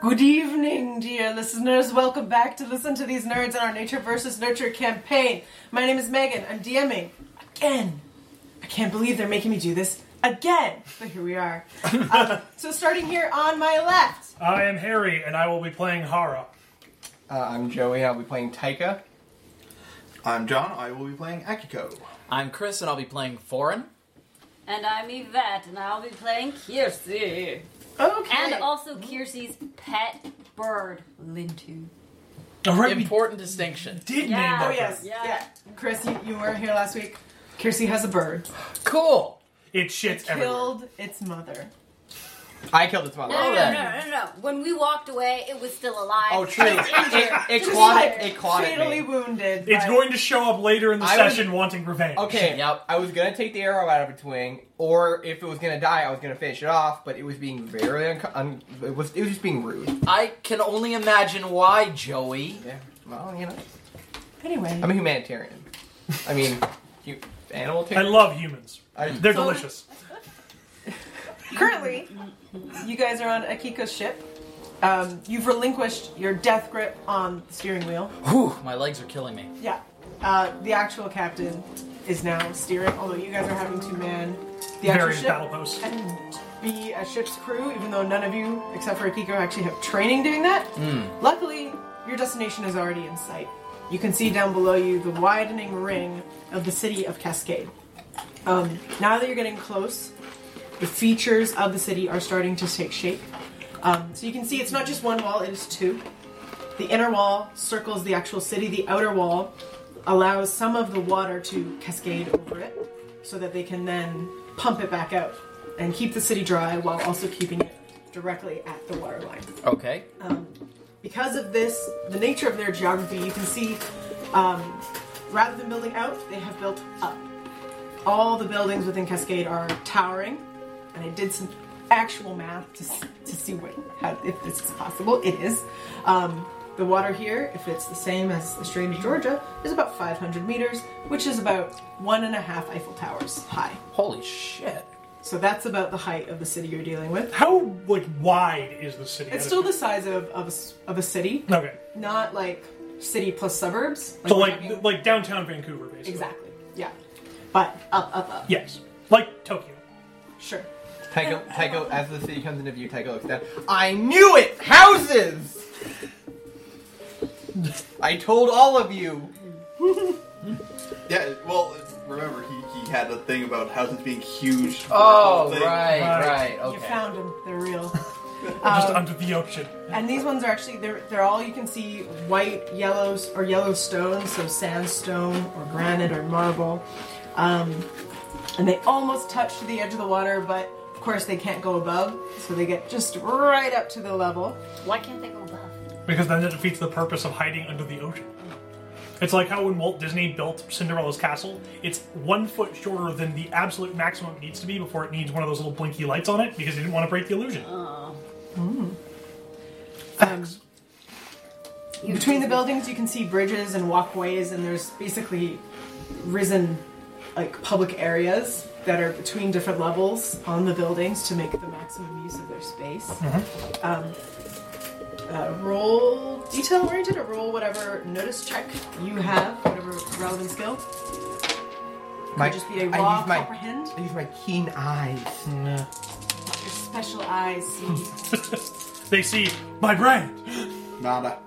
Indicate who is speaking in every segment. Speaker 1: Good evening, dear listeners. Welcome back to Listen to These Nerds and our Nature versus Nurture campaign. My name is Megan. I'm DMing again. I can't believe they're making me do this again, but here we are. Um, so, starting here on my left,
Speaker 2: I am Harry, and I will be playing Hara.
Speaker 3: Uh, I'm Joey. I'll be playing Taika.
Speaker 4: I'm John. I will be playing Akiko.
Speaker 5: I'm Chris, and I'll be playing Foreign.
Speaker 6: And I'm Yvette, and I'll be playing Kiersey.
Speaker 1: okay,
Speaker 6: And also Kiersey's pet bird, Lintu.
Speaker 2: All right,
Speaker 5: Important distinction.
Speaker 2: did
Speaker 6: Yeah.
Speaker 1: oh
Speaker 2: that
Speaker 1: yes,
Speaker 2: bird.
Speaker 1: yeah.
Speaker 6: Yeah.
Speaker 1: Chris, you, you were here last week. Kiersey has a bird.
Speaker 5: Cool.
Speaker 2: It shits everywhere.
Speaker 1: Killed its mother.
Speaker 3: I killed its mother.
Speaker 6: No, no,
Speaker 5: Oh,
Speaker 6: no,
Speaker 5: yeah.
Speaker 6: no, no, no. When we walked away, it was still alive.
Speaker 3: Oh, true.
Speaker 6: It
Speaker 3: It,
Speaker 6: was injured.
Speaker 3: it
Speaker 6: Just
Speaker 3: clawed
Speaker 6: like-
Speaker 3: it. It clawed at
Speaker 1: Fatally
Speaker 3: me.
Speaker 1: wounded.
Speaker 2: It's
Speaker 1: by-
Speaker 2: going to show up later in the
Speaker 3: I was-
Speaker 2: session wanting revenge.
Speaker 3: Okay.
Speaker 5: Yep.
Speaker 3: I was gonna take the arrow out of its wing, or if it was gonna die, I was gonna finish it off. But it was being very un- un- it was it was just being rude.
Speaker 5: I can only imagine why, Joey.
Speaker 3: Yeah. Well, you know,
Speaker 1: Anyway,
Speaker 3: I'm a humanitarian. I mean, you, animal.
Speaker 2: I love humans.
Speaker 3: I-
Speaker 2: They're delicious.
Speaker 1: Currently, you guys are on Akiko's ship. Um, you've relinquished your death grip on the steering wheel.
Speaker 5: Whew, my legs are killing me.
Speaker 1: Yeah. Uh, the actual captain is now steering, although you guys are having to man the actual
Speaker 2: Various
Speaker 1: ship
Speaker 2: battle posts.
Speaker 1: and be a ship's crew, even though none of you, except for Akiko, actually have training doing that. Luckily, your destination is already in sight. You can see down below you the widening ring of the city of Cascade. Um, now that you're getting close, the features of the city are starting to take shape. Um, so you can see it's not just one wall, it is two. The inner wall circles the actual city, the outer wall allows some of the water to cascade over it so that they can then pump it back out and keep the city dry while also keeping it directly at the water line
Speaker 5: Okay.
Speaker 1: because of this, the nature of their geography, you can see, um, rather than building out, they have built up. All the buildings within Cascade are towering, and I did some actual math to, s- to see what, how, if this is possible. It is. Um, the water here, if it's the same as the Strait of Georgia, is about 500 meters, which is about one and a half Eiffel Towers high.
Speaker 5: Holy shit.
Speaker 1: So that's about the height of the city you're dealing with.
Speaker 2: How like wide is the city?
Speaker 1: It's still the size of, of, a, s- of a city,
Speaker 2: okay.
Speaker 1: not like city plus suburbs.
Speaker 2: So
Speaker 1: we're
Speaker 2: like
Speaker 1: talking-
Speaker 2: th- like downtown Vancouver, basically.
Speaker 1: exactly, yeah. But up, up, up.
Speaker 2: Yes, like Tokyo.
Speaker 1: Sure.
Speaker 3: Taika, Taika, as the city comes into view, Taika looks down. I knew it. Houses. I told all of you.
Speaker 4: Yeah, well, remember, he, he had a thing about houses being huge.
Speaker 5: Oh,
Speaker 4: Thing.
Speaker 5: right,
Speaker 2: Right.
Speaker 5: right.
Speaker 1: You
Speaker 5: Okay.
Speaker 1: found them. They're real. Uh,
Speaker 2: Just under the ocean.
Speaker 1: and these ones are actually they're they're all you can see white, yellow or yellow stone, so sandstone or granite or marble. Um, and they almost touch to the edge of the water, but of course they can't go above, so they get just right up to the level.
Speaker 6: Why can't they go above?
Speaker 2: Because then it defeats the purpose of hiding under the ocean. It's like how when Walt Disney built Cinderella's castle, it's one foot shorter than the absolute maximum it needs to be before it needs one of those little blinky lights on it because he didn't want to break the illusion.
Speaker 1: Facts. Between the buildings, you can see bridges and walkways, and there's basically risen like public areas that are between different levels on the buildings to make the maximum use of their space.
Speaker 3: Mm-hmm.
Speaker 1: Um, uh, roll detail oriented or roll whatever notice check you have, whatever relevant skill.
Speaker 3: My-
Speaker 1: Could just be a
Speaker 3: I
Speaker 1: raw
Speaker 3: use my-
Speaker 1: comprehend.
Speaker 3: I use my keen eyes.
Speaker 1: Your special eyes see.
Speaker 3: Hmm.
Speaker 2: They see my brand.
Speaker 4: Nada.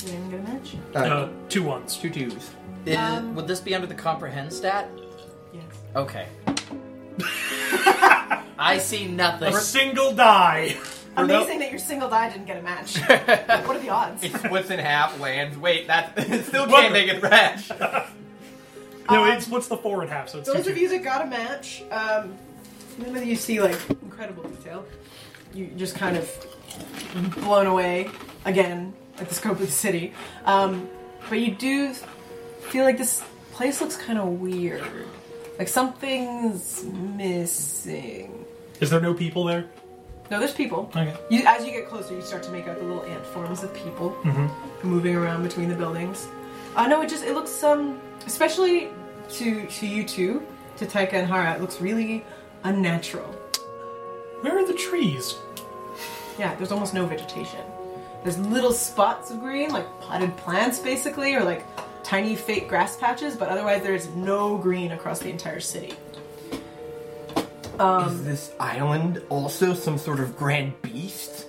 Speaker 1: Did anyone get a match?
Speaker 3: Uh,
Speaker 2: Uh, two ones.
Speaker 3: Two twos.
Speaker 5: Is- would this be under the comprehend stat?
Speaker 1: Yes.
Speaker 5: Okay. I see nothing.
Speaker 2: A single die.
Speaker 1: Amazing that your single die didn't get a match. what are the odds?
Speaker 3: Splits in half, lands. Wait, that it still
Speaker 2: Welcome.
Speaker 3: can't make it match.
Speaker 2: No, it splits the four in half, so it's two,
Speaker 1: Uh, Those of
Speaker 2: two.
Speaker 1: you that got a match, um, none of you see like incredible detail. You just kind of blown away again at the scope of the city. Um, but you do feel like this place looks kind of weird. Like something's missing.
Speaker 2: Is there no people there?
Speaker 1: No, there's people.
Speaker 2: Okay.
Speaker 1: You, as you get closer, you start to make out the little ant forms of people moving around between the buildings. Uh, no, it just it looks um, especially to to you two, to Taika and Hara, it looks really unnatural.
Speaker 2: Where are the trees?
Speaker 1: Yeah, there's almost no vegetation. There's little spots of green, like potted plants basically, or like tiny fake grass patches, but otherwise there is no green across the entire city.
Speaker 3: Is this island also some sort of grand beast?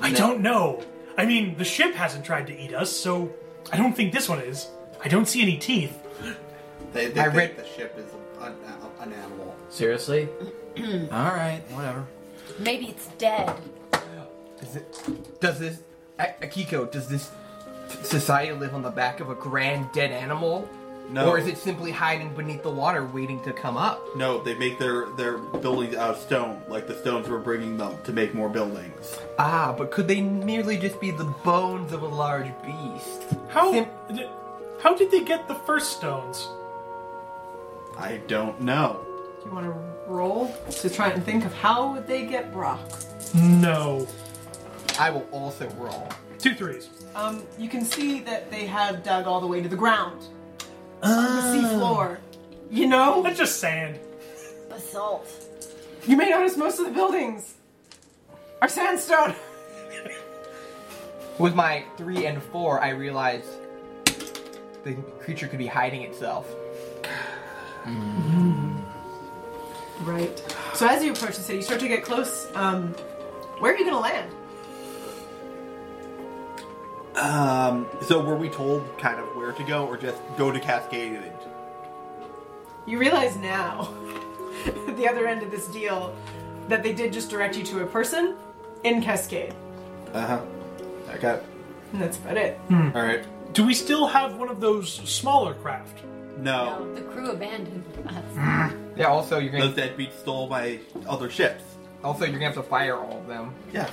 Speaker 2: I don't know. I mean, the ship hasn't tried to eat us, so I don't think this one is. I don't see any teeth.
Speaker 4: They, they
Speaker 3: I
Speaker 4: think
Speaker 3: read-
Speaker 4: the ship is an, an animal.
Speaker 5: Seriously? All right, whatever.
Speaker 6: Maybe it's dead.
Speaker 3: Is it? Does this A- Akiko? Does this t- society live on the back of a grand dead animal?
Speaker 4: No.
Speaker 3: Or is it simply hiding beneath the water, waiting to come up?
Speaker 4: No, they make their their buildings out of stone, like the stones were bringing them to make more buildings.
Speaker 3: Ah, but could they merely just be the bones of a large beast?
Speaker 2: How?
Speaker 3: Sim-
Speaker 2: d- how did they get the first stones?
Speaker 4: I don't know.
Speaker 1: Do you want to roll to try and think of how would they get rock?
Speaker 2: No.
Speaker 3: I will also roll.
Speaker 2: Two threes.
Speaker 1: Um, you can see that they have dug all the way to the ground, on the seafloor. You know,
Speaker 2: That's just sand.
Speaker 6: Basalt.
Speaker 1: you may notice most of the buildings are sandstone.
Speaker 3: With my three and four, I realized the creature could be hiding itself.
Speaker 1: Right. So as you approach the city, you start to get close. Um, where are you going to land?
Speaker 4: Um, so were we told kind of where to go, or just go to Cascade?
Speaker 1: You realize now, at the other end of this deal, that they did just direct you to a person in Cascade,
Speaker 4: Uh huh. I got.
Speaker 1: and that's about it.
Speaker 4: All right.
Speaker 2: Do we still have one of those smaller craft?
Speaker 4: No,
Speaker 6: No, the crew abandoned us.
Speaker 3: Yeah. Also, you're
Speaker 4: those
Speaker 3: gonna
Speaker 4: deadbeats stole my other ships.
Speaker 3: also you're gonna have to fire all of them.
Speaker 4: Yes.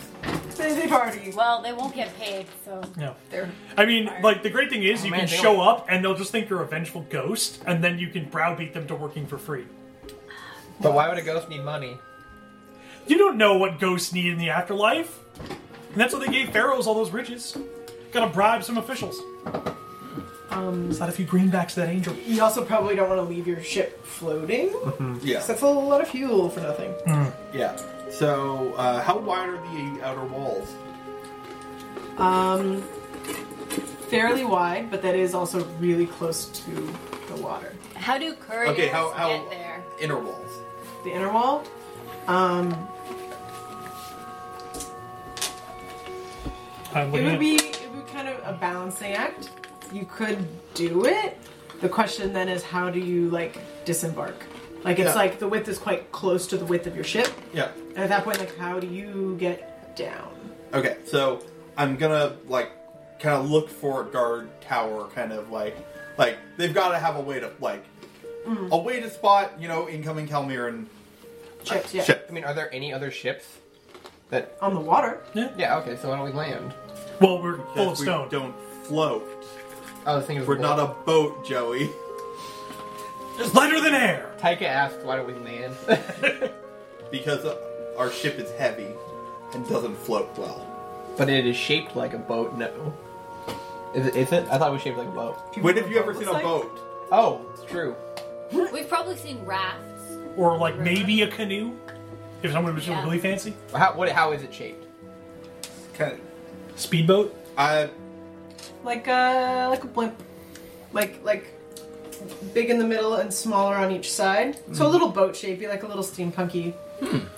Speaker 1: They, they've already.
Speaker 6: Well, they won't get paid, so
Speaker 2: No.
Speaker 6: they're.
Speaker 2: I mean, like the great thing is you
Speaker 3: man,
Speaker 2: can
Speaker 3: they
Speaker 2: show up and they'll just think you're a vengeful ghost, and then you can browbeat them to working for free.
Speaker 3: But why would a ghost need money?
Speaker 2: You don't know what ghosts need in the afterlife, and that's why they gave pharaohs all those riches. Got to bribe some officials. Um, is that a few greenbacks to that angel?
Speaker 1: You also probably don't want to leave your ship floating. 'cause
Speaker 4: Yeah.
Speaker 1: That's a lot of fuel for nothing.
Speaker 4: Yeah. So, uh, how wide are the outer walls?
Speaker 1: Um, fairly wide, but that is also really close to the water.
Speaker 6: How do couriers
Speaker 4: Okay, how how
Speaker 6: get there?
Speaker 4: inner walls?
Speaker 1: The inner wall. Um,
Speaker 2: I'm
Speaker 1: it
Speaker 2: looking
Speaker 1: would
Speaker 2: at-
Speaker 1: be it would kind of a balancing act. You could do it. The question then is how do you like disembark? Like it's
Speaker 4: Yeah.
Speaker 1: like the width is quite close to the width of your ship,
Speaker 4: Yeah.
Speaker 1: and at that point, like how do you get down?
Speaker 4: Okay. So I'm gonna like kind of look for a guard tower, kind of like like they've got to have a way to like a way to spot you know incoming Kalmir and
Speaker 1: Ships, yeah,
Speaker 4: ship.
Speaker 3: I mean, are there any other ships? That
Speaker 1: on the water.
Speaker 3: yeah. Okay. So why don't we land?
Speaker 2: well, we're full of
Speaker 4: Because we
Speaker 2: stone.
Speaker 4: don't float.
Speaker 3: I was thinking.
Speaker 4: We're not a boat, Joey.
Speaker 2: Just lighter than air.
Speaker 3: Taika asked, "Why don't we land?"
Speaker 4: Because uh, our ship is heavy and doesn't float well.
Speaker 3: but it is shaped like a boat. No. Is it? Is it? I thought it was shaped like a boat.
Speaker 4: When have you ever seen
Speaker 1: Looks
Speaker 4: a
Speaker 1: like-
Speaker 4: boat?
Speaker 3: Oh, it's true.
Speaker 6: We've probably seen rafts.
Speaker 2: Or like maybe a canoe, if someone was
Speaker 6: Yeah.
Speaker 2: really fancy.
Speaker 3: How what? How is it shaped?
Speaker 4: Kind of.
Speaker 2: Speedboat.
Speaker 4: I
Speaker 1: Like uh, like a blimp, like like big in the middle and smaller on each side. So a little boat shapey, like a little steampunky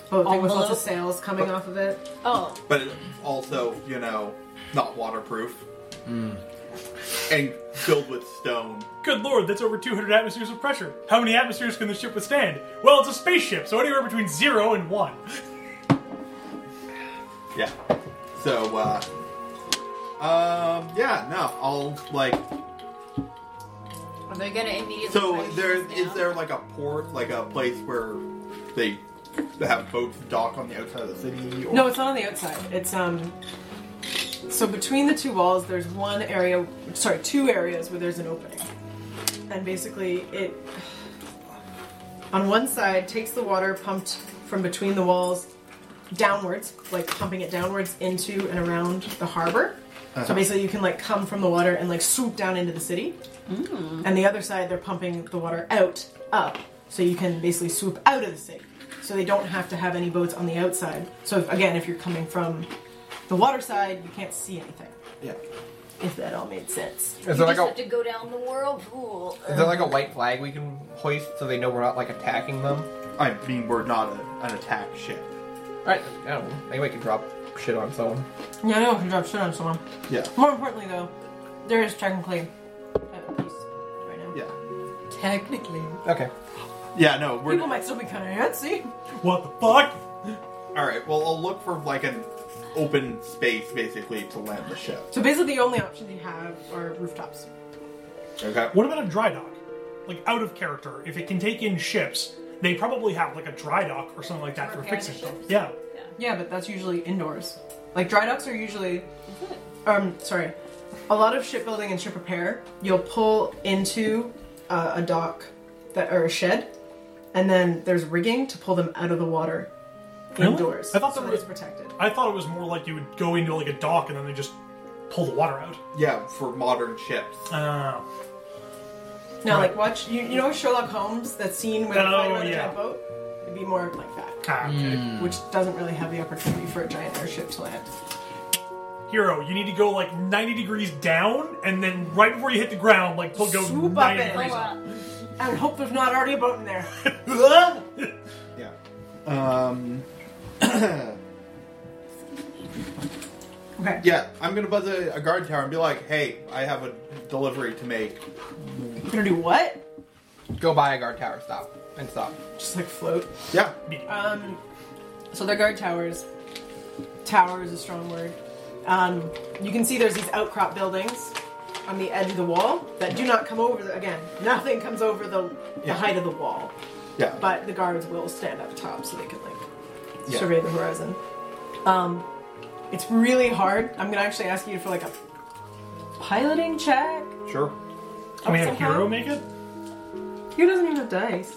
Speaker 1: boat thing with lots of
Speaker 6: Envelope.
Speaker 1: sails coming off of it.
Speaker 6: Oh,
Speaker 4: but it's also you know not waterproof Hmm. and filled with stone.
Speaker 2: Good lord, that's over 200 atmospheres of pressure. How many atmospheres can the ship withstand? Well, it's a spaceship, so anywhere between zero and one.
Speaker 4: Yeah. So, uh, um, yeah, no, I'll like.
Speaker 6: are they gonna immediately?
Speaker 4: So
Speaker 6: try to
Speaker 4: there
Speaker 6: shoot us
Speaker 4: is
Speaker 6: down?
Speaker 4: there like a port, like a place where they have boats dock on the outside of the city? Or...
Speaker 1: No, it's not on the outside. It's um. So between the two walls, there's one area. Sorry, two areas where there's an opening, and basically it. On one side, takes the water pumped from between the walls downwards, like pumping it downwards into and around the harbor. So basically, you can like come from the water and like swoop down into the city. And the other side, they're pumping the water out, up, so you can basically swoop out of the city. so they don't have to have any boats on the outside. So if, again, if you're coming from the water side, you can't see anything.
Speaker 4: Yeah.
Speaker 1: If that all made sense.
Speaker 3: Is
Speaker 6: you
Speaker 3: there like
Speaker 6: just have
Speaker 3: a
Speaker 6: to go down the whirlpool.
Speaker 3: is there like a white flag we can hoist so they know we're not like attacking them?
Speaker 4: I mean, we're not a, an attack ship.
Speaker 3: All right, I don't know. Maybe we can drop shit on someone.
Speaker 1: Yeah, I know if you drop shit on someone.
Speaker 4: Yeah.
Speaker 1: More importantly, though, there is technically a peace right now.
Speaker 4: Yeah.
Speaker 1: Technically,
Speaker 3: Okay.
Speaker 4: Yeah. No, we're
Speaker 1: people might still be kind of antsy.
Speaker 2: What the fuck?
Speaker 4: all right. Well, I'll look for like an open space basically to land the ship.
Speaker 1: So basically, the only options you have are rooftops.
Speaker 4: Okay.
Speaker 2: What about a dry dock? Like out of character, if it can take in ships, they probably have like a dry dock or something like that for
Speaker 6: Repair
Speaker 2: fixing them.
Speaker 6: ships?
Speaker 2: Yeah.
Speaker 1: Yeah, but that's usually indoors. Like dry docks are usually, um, sorry, a lot of shipbuilding and ship repair. You'll pull into uh, a dock that or a shed, and then there's rigging to pull them out of the water
Speaker 2: Really?
Speaker 1: indoors.
Speaker 2: I thought
Speaker 1: so
Speaker 2: that
Speaker 1: it's
Speaker 2: was.
Speaker 1: protected.
Speaker 2: I thought it was more like you would go into like a dock and then they just pull the water out.
Speaker 4: Yeah, for modern ships.
Speaker 2: Uh,
Speaker 1: No,
Speaker 2: Right.
Speaker 1: like watch you, you know Sherlock Holmes that scene where they
Speaker 2: Oh,
Speaker 1: fight about
Speaker 2: yeah.
Speaker 1: a giant boat. It'd be more like that,
Speaker 2: ah, okay.
Speaker 1: which doesn't really have the opportunity for a giant airship to land.
Speaker 2: Hero, you need to go like 90 degrees down and then right before you hit the ground, like pull go
Speaker 1: Swoop up
Speaker 2: 90
Speaker 1: it.
Speaker 2: degrees
Speaker 6: Hold
Speaker 2: up.
Speaker 6: on.
Speaker 1: And hope there's not already a boat in there.
Speaker 4: Yeah. Um.
Speaker 1: Okay.
Speaker 4: Yeah, I'm gonna buzz a, a guard tower and be like, "Hey, I have a delivery to make."
Speaker 1: You're gonna do what?
Speaker 3: Go buy a guard tower. Stop and stop.
Speaker 1: Just like float.
Speaker 4: Yeah.
Speaker 1: Um, so they're guard towers. Tower is a strong word. Um, you can see there's these outcrop buildings on the edge of the wall that do not come over. The, again, nothing comes over the, the
Speaker 4: Yeah.
Speaker 1: height of the wall,
Speaker 4: Yeah.
Speaker 1: but the guards will stand up top so they can like
Speaker 4: Yeah.
Speaker 1: survey the horizon. Um, it's really hard. I'm gonna actually ask you for like a piloting check.
Speaker 4: Sure.
Speaker 2: Can we
Speaker 1: of some
Speaker 2: have Hero
Speaker 1: kind.
Speaker 2: make it?
Speaker 1: He doesn't even have dice.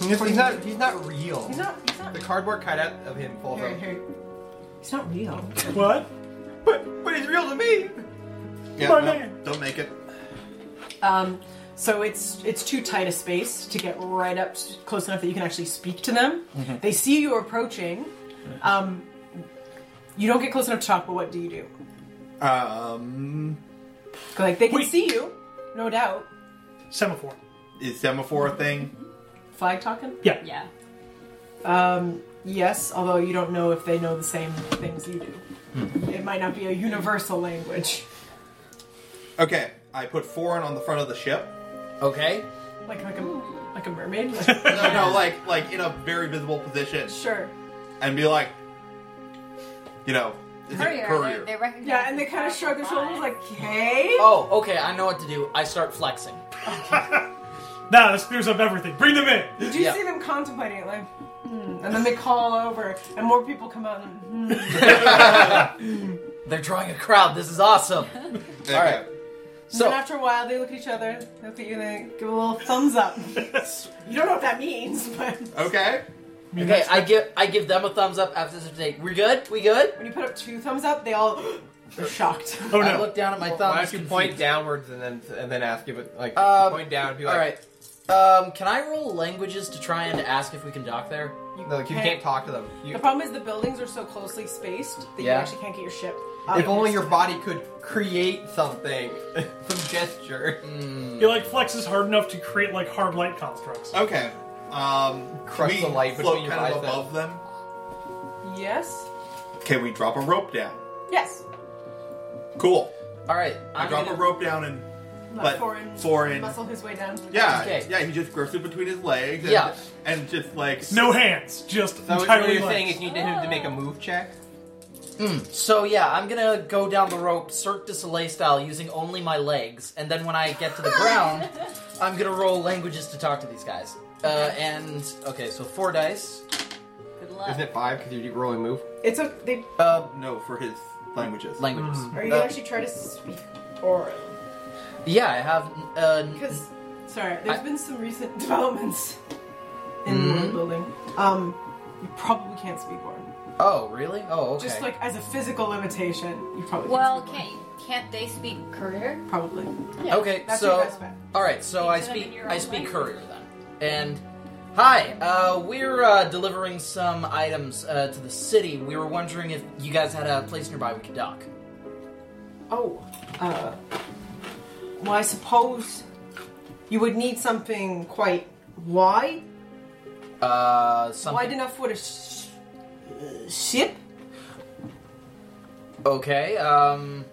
Speaker 3: He's not. He's not real.
Speaker 1: He's not. He's not.
Speaker 3: The cardboard cutout of him falls
Speaker 1: Here,
Speaker 3: off.
Speaker 1: here. He's not real.
Speaker 2: What?
Speaker 3: But but he's real to me.
Speaker 4: Yeah.
Speaker 2: My
Speaker 4: no,
Speaker 2: man.
Speaker 4: don't make it.
Speaker 1: Um, so it's it's too tight a space to get right up s- close enough that you can actually speak to them. They see you approaching. Um, you don't get close enough to talk, but what do you do?
Speaker 4: Um,
Speaker 1: Like they can
Speaker 2: Wait.
Speaker 1: see you, no doubt.
Speaker 2: Semaphore.
Speaker 4: is semaphore a thing?
Speaker 1: Flag talking.
Speaker 2: Yeah.
Speaker 6: Yeah.
Speaker 1: Um, yes, although you don't know if they know the same things you do. It might not be a universal language,
Speaker 4: Okay, I put foreign on the front of the ship.
Speaker 5: Okay.
Speaker 1: like like a like a mermaid. Like,
Speaker 4: No, no, like like in a very visible position,
Speaker 1: sure.
Speaker 4: and be like, you know, is
Speaker 6: Courier.
Speaker 4: it
Speaker 6: They,
Speaker 4: courier?
Speaker 6: they recognize
Speaker 1: Yeah, and they
Speaker 6: the
Speaker 1: kind of
Speaker 6: crowd
Speaker 1: shrug their shoulders,
Speaker 6: by.
Speaker 1: like, "Okay."
Speaker 5: Oh, okay. I know what to do. I start flexing.
Speaker 2: Nah, that spears up everything. Bring them in.
Speaker 1: Do you
Speaker 5: Yeah.
Speaker 1: see them contemplating it, like, hmm, and then they call over, and more people come out, and hmm.
Speaker 5: They're drawing a crowd. This is awesome.
Speaker 4: Okay.
Speaker 5: All right.
Speaker 1: then
Speaker 5: So
Speaker 1: after a while, they look at each other, they look at you, and they give a little thumbs up. you don't know what that means, but
Speaker 4: Okay.
Speaker 5: okay, I give I give them a thumbs up after this mistake. We good? We good?
Speaker 1: when you put up two thumbs up, they all are shocked.
Speaker 2: Oh
Speaker 5: I
Speaker 2: no.
Speaker 5: look down at my
Speaker 3: Why
Speaker 5: thumbs.
Speaker 3: don't you point downwards and then and then ask if it like
Speaker 5: Um,
Speaker 3: point down and be
Speaker 5: All
Speaker 3: like,
Speaker 5: right. Um, can I roll languages to try and ask if we can dock there?
Speaker 3: no, like, you can't talk to them. You,
Speaker 1: The problem is the buildings are so closely spaced that you
Speaker 5: Yeah.
Speaker 1: actually can't get your ship.
Speaker 3: if
Speaker 1: up.
Speaker 3: only your body could create something, some gesture.
Speaker 2: He like flexes hard enough to create like hard light constructs.
Speaker 4: Okay. Um, can
Speaker 3: Crush
Speaker 4: we
Speaker 3: the light
Speaker 4: float
Speaker 3: between your
Speaker 4: kind of
Speaker 3: biceps.
Speaker 4: above them.
Speaker 1: Yes.
Speaker 4: Can we drop a rope down?
Speaker 1: Yes.
Speaker 4: Cool.
Speaker 5: All right.
Speaker 4: I
Speaker 5: I'm
Speaker 4: drop
Speaker 5: gonna-
Speaker 4: a rope down and
Speaker 1: Let
Speaker 4: But
Speaker 1: foreign,
Speaker 4: foreign-
Speaker 1: muscle his way down. To the
Speaker 4: yeah,
Speaker 5: Okay.
Speaker 4: yeah. He just grips it between his legs. And,
Speaker 5: Yeah.
Speaker 4: And just like
Speaker 2: No hands, just
Speaker 3: So what
Speaker 2: entirely
Speaker 3: you're
Speaker 2: legs.
Speaker 3: saying is you need him to make a move check.
Speaker 5: So yeah, I'm gonna go down the rope Cirque du Soleil style using only my legs, and then when I get to the ground, I'm gonna roll languages to talk to these guys. Uh, and okay, so four dice.
Speaker 6: Good luck.
Speaker 3: Isn't it five because you're rolling move?
Speaker 1: It's a. They,
Speaker 5: Uh,
Speaker 4: No, for his languages.
Speaker 5: languages.
Speaker 1: are you
Speaker 5: Uh,
Speaker 1: gonna actually try to speak or?
Speaker 5: Yeah, I have. Uh,
Speaker 1: Because, sorry, there's
Speaker 5: I-
Speaker 1: been some recent developments in the
Speaker 3: Mm-hmm.
Speaker 1: world building. Um, you probably can't speak Warren.
Speaker 5: oh, really? Oh, okay.
Speaker 1: Just like as a physical limitation, you probably
Speaker 6: Well,
Speaker 1: can't. Speak
Speaker 6: can't can't they speak courier?
Speaker 1: Warren. Probably.
Speaker 5: okay,
Speaker 1: That's
Speaker 5: so
Speaker 1: your best bet.
Speaker 5: all right, so
Speaker 6: Speak
Speaker 5: I
Speaker 6: to them
Speaker 5: speak
Speaker 6: in your
Speaker 5: I
Speaker 6: own
Speaker 5: speak
Speaker 6: language.
Speaker 5: courier then, and Hi, uh, we're uh, delivering some items uh, to the city. We were wondering if you guys had a place nearby we could dock.
Speaker 1: Oh, uh, well, I suppose you would need something quite wide,
Speaker 5: Uh, something.
Speaker 1: wide enough for a sh- uh, ship.
Speaker 5: Okay. Um,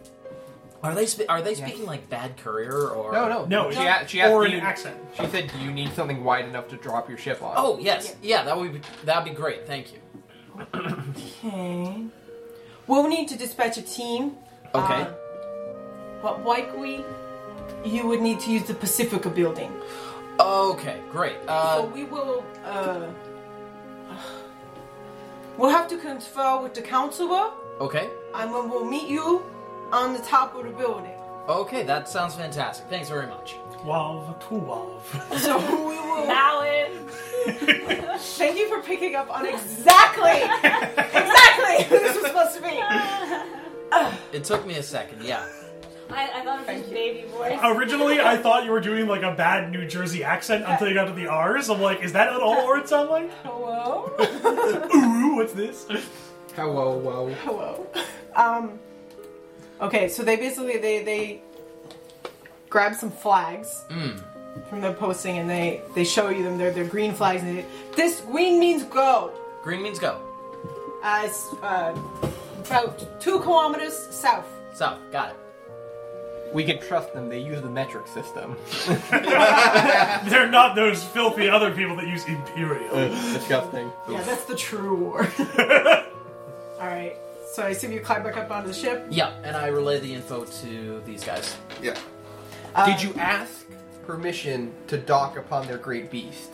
Speaker 5: are they spe- are they speaking like bad courier or
Speaker 3: No, no,
Speaker 2: No,
Speaker 3: She,
Speaker 2: no.
Speaker 3: a- she asked
Speaker 2: Or an
Speaker 3: do you-
Speaker 2: accent.
Speaker 3: She said, "Do you need something wide enough to drop your ship on?"
Speaker 5: Oh yes, yeah, that would be that'd be great. Thank you.
Speaker 1: Okay. We'll need to dispatch a team.
Speaker 5: Okay.
Speaker 1: Uh, but likely, you would need to use the Pacifica building.
Speaker 5: okay, great.
Speaker 1: So
Speaker 5: Uh,
Speaker 1: we will. Uh, we'll have to confer with the councilor,
Speaker 5: okay,
Speaker 1: and then we'll meet you on the top of the building.
Speaker 5: okay, that sounds fantastic. Thanks very much.
Speaker 2: Wav to wav.
Speaker 1: So we will.
Speaker 6: Now it.
Speaker 1: Thank you for picking up on exactly, exactly who this was supposed to be.
Speaker 5: It took me a second. Yeah.
Speaker 6: I, I thought it was his baby voice.
Speaker 2: Originally, I thought you were doing like a bad New Jersey accent until you got to the R's. I'm like, is that at all or it sound like?
Speaker 1: Hello,
Speaker 2: Ooh, what's this?
Speaker 3: Hello, whoa.
Speaker 1: hello. Um. Okay, so they basically they they grab some flags from the posting and they they show you them. They're they're green flags and they, this green means go.
Speaker 5: Green means go.
Speaker 1: Uh, it's, uh, about two kilometers south.
Speaker 5: So got it.
Speaker 3: We can trust them. They use the metric system.
Speaker 2: They're not those filthy other people that use Imperial.
Speaker 3: Disgusting.
Speaker 1: Yeah, that's the true war. All right. So I assume you climb back up onto the ship.
Speaker 5: Yeah, and I relay the info to these guys.
Speaker 4: Yeah.
Speaker 3: Did you ask permission to dock upon their great beast?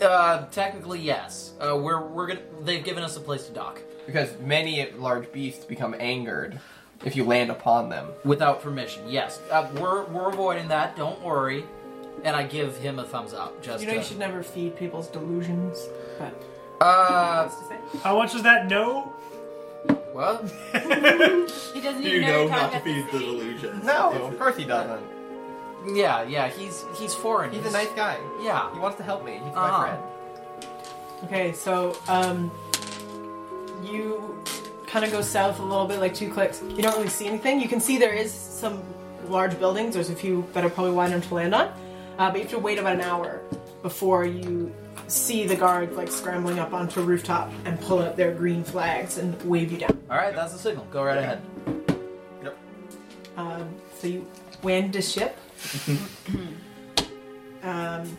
Speaker 5: Uh, technically, yes. Uh, we're we're gonna. They've given us a place to dock
Speaker 3: Because many large beasts become angered if you land upon them.
Speaker 5: without permission. Yes, uh, we're we're avoiding that. Don't worry. And I give him a thumbs up. Just
Speaker 1: You know you
Speaker 5: to-
Speaker 1: should never feed people's delusions, but
Speaker 5: uh,
Speaker 1: that's to say.
Speaker 2: How much is that? No?
Speaker 5: what?
Speaker 6: He doesn't
Speaker 4: Do
Speaker 6: even
Speaker 4: you
Speaker 6: know,
Speaker 4: know
Speaker 6: you're
Speaker 4: not
Speaker 6: talking
Speaker 4: to
Speaker 6: about the
Speaker 4: feed the
Speaker 6: sea.
Speaker 4: delusions?
Speaker 3: No, of course he doesn't.
Speaker 5: Yeah, yeah. He's he's foreign.
Speaker 3: He's a nice guy.
Speaker 5: Yeah.
Speaker 3: He wants to help me. He's
Speaker 5: Uh-huh.
Speaker 3: my friend.
Speaker 1: Okay, so um, you kind of go south a little bit, like two clicks. You don't really see anything. You can see there is some large buildings. There's a few that are probably wide enough to land on, uh, but you have to wait about an hour before you see the guards like scrambling up onto a rooftop and pull out their green flags and wave you down.
Speaker 5: All right, that's the signal. Go right ahead.
Speaker 4: Yep.
Speaker 1: Um, so you land the ship.
Speaker 4: Mm-hmm.
Speaker 1: um,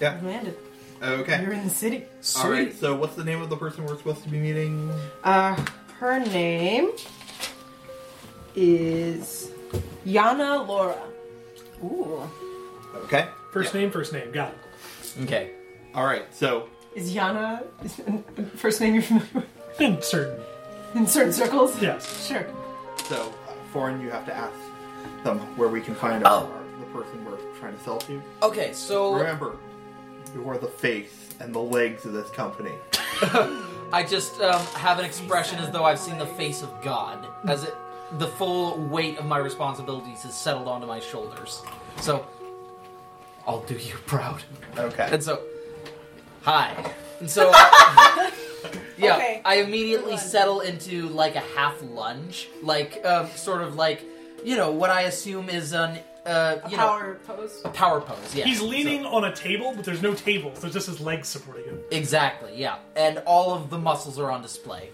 Speaker 4: Yeah.
Speaker 1: landed.
Speaker 4: Okay.
Speaker 1: You're in the city.
Speaker 4: All right. So, what's the name of the person we're supposed to be meeting?
Speaker 1: Uh, her name is Yana Laura.
Speaker 6: Ooh.
Speaker 4: Okay.
Speaker 2: First name, first name. Got it.
Speaker 5: Okay.
Speaker 4: All right. So,
Speaker 1: Is Yana is- first name you're familiar with
Speaker 2: In certain.
Speaker 1: in certain circles?
Speaker 2: Yes.
Speaker 1: Sure.
Speaker 4: so uh, foreign, you have to ask them where we can find our,
Speaker 5: Oh.
Speaker 4: our- the person we're trying to sell to.
Speaker 5: Okay. So
Speaker 4: Remember, you are the face and the legs of this company.
Speaker 5: I just um, have an expression as though I've seen the face of God, as it the full weight of my responsibilities is settled onto my shoulders. So I'll do you proud.
Speaker 4: Okay.
Speaker 5: And so, hi. And so, I- yeah,
Speaker 1: Okay.
Speaker 5: I immediately
Speaker 6: Good one.
Speaker 5: settle into like a half lunge, like um, sort of like you know what I assume is an uh, you know
Speaker 1: Power pose.
Speaker 5: a power pose. Yeah,
Speaker 2: He's leaning
Speaker 5: So-
Speaker 2: on a table, but there's no tables. There's just his legs supporting him.
Speaker 5: exactly. Yeah, and all of the muscles are on display.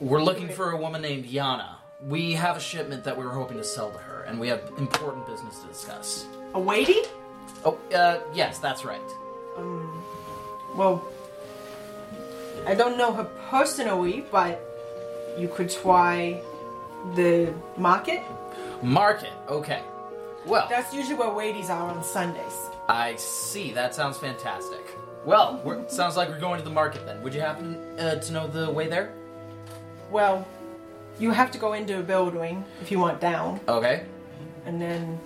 Speaker 5: We're looking for a woman named Yana. We have a shipment that we were hoping to sell to her, and we have important business to discuss.
Speaker 1: A weighty?
Speaker 5: Oh, uh, yes, that's right.
Speaker 1: Well, I don't know her personally, but you could try the market.
Speaker 5: Market. Okay. Well,
Speaker 1: That's usually where weighties are on Sundays.
Speaker 5: I see. That sounds fantastic. Well, we're, sounds like we're going to the market then. Would you happen uh, to know the way there?
Speaker 1: Well, you have to go into a building if you want down.
Speaker 5: Okay.
Speaker 1: and then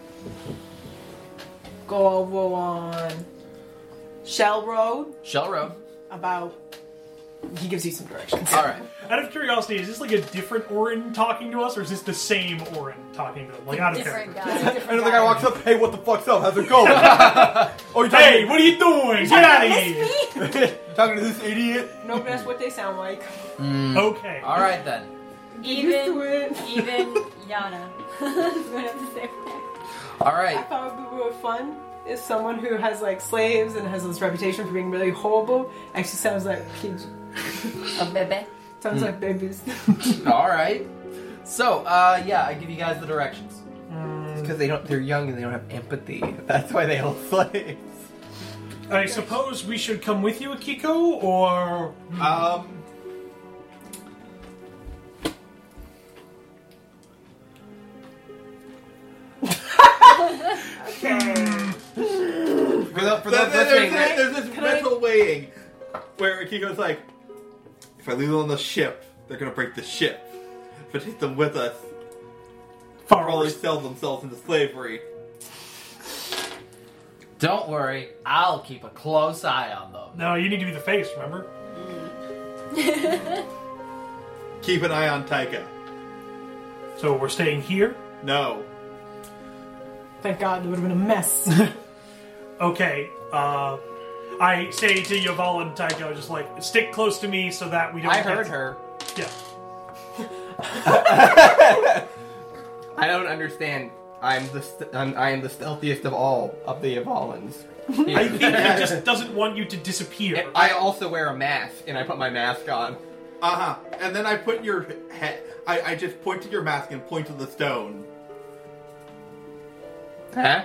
Speaker 1: go over on Shell Road
Speaker 5: Shell Road.
Speaker 1: about he gives you some directions.
Speaker 5: All right.
Speaker 2: Out of curiosity, is this like a different Orin talking to us, or is this the same Orin talking to them? Like out of
Speaker 6: Different
Speaker 2: character.
Speaker 6: guy.
Speaker 4: And the guy walks up, hey, what the fuck's up? How's it going? oh, you
Speaker 2: Hey,
Speaker 4: talking,
Speaker 2: what are you doing? Get out of here!
Speaker 4: talking to this idiot?
Speaker 1: Nope, that's what they sound like.
Speaker 2: Okay.
Speaker 5: All right then.
Speaker 1: Used to
Speaker 6: Even,
Speaker 1: it.
Speaker 6: even Yana. is gonna have to say that.
Speaker 5: All
Speaker 1: I
Speaker 5: right.
Speaker 1: found the word fun is someone who has like slaves and has this reputation for being really horrible. Actually, sounds like kids.
Speaker 6: Oh, baby.
Speaker 1: Sounds like babies.
Speaker 5: All right. So, uh, yeah, I give you guys the directions.
Speaker 1: Um,
Speaker 3: because they don't—they're young and they don't have empathy. That's why they hold slaves.
Speaker 2: I suppose we should come with you, Akiko, or
Speaker 4: Um.
Speaker 3: For, the, for
Speaker 4: There-
Speaker 3: those
Speaker 4: there-
Speaker 3: listening,
Speaker 4: there's,
Speaker 3: that-
Speaker 4: this- there's this mental weighing where Akiko's like, if I leave them on the ship, they're gonna break the ship. If I take them with us, they'll
Speaker 2: far
Speaker 4: probably
Speaker 2: worse.
Speaker 4: sell themselves into slavery.
Speaker 5: Don't worry, I'll keep a close eye on them.
Speaker 2: No, you need to be the face. Remember?
Speaker 4: Keep an eye on Taika.
Speaker 2: So we're staying here.
Speaker 4: No.
Speaker 1: Thank God, it would have been a mess.
Speaker 2: Okay. Uh, I say to Yaval and Taiko, just like stick close to me so that we don't.
Speaker 3: I
Speaker 2: get-
Speaker 3: heard her.
Speaker 2: Yeah.
Speaker 3: I don't understand. I'm the st- I'm, I am the stealthiest of all of the Evolans.
Speaker 2: I think he just doesn't want you to disappear.
Speaker 3: I also wear a mask and I put my mask on.
Speaker 4: Uh huh. And then I put your head. I, I just point to your mask and point to the stone.
Speaker 3: Huh?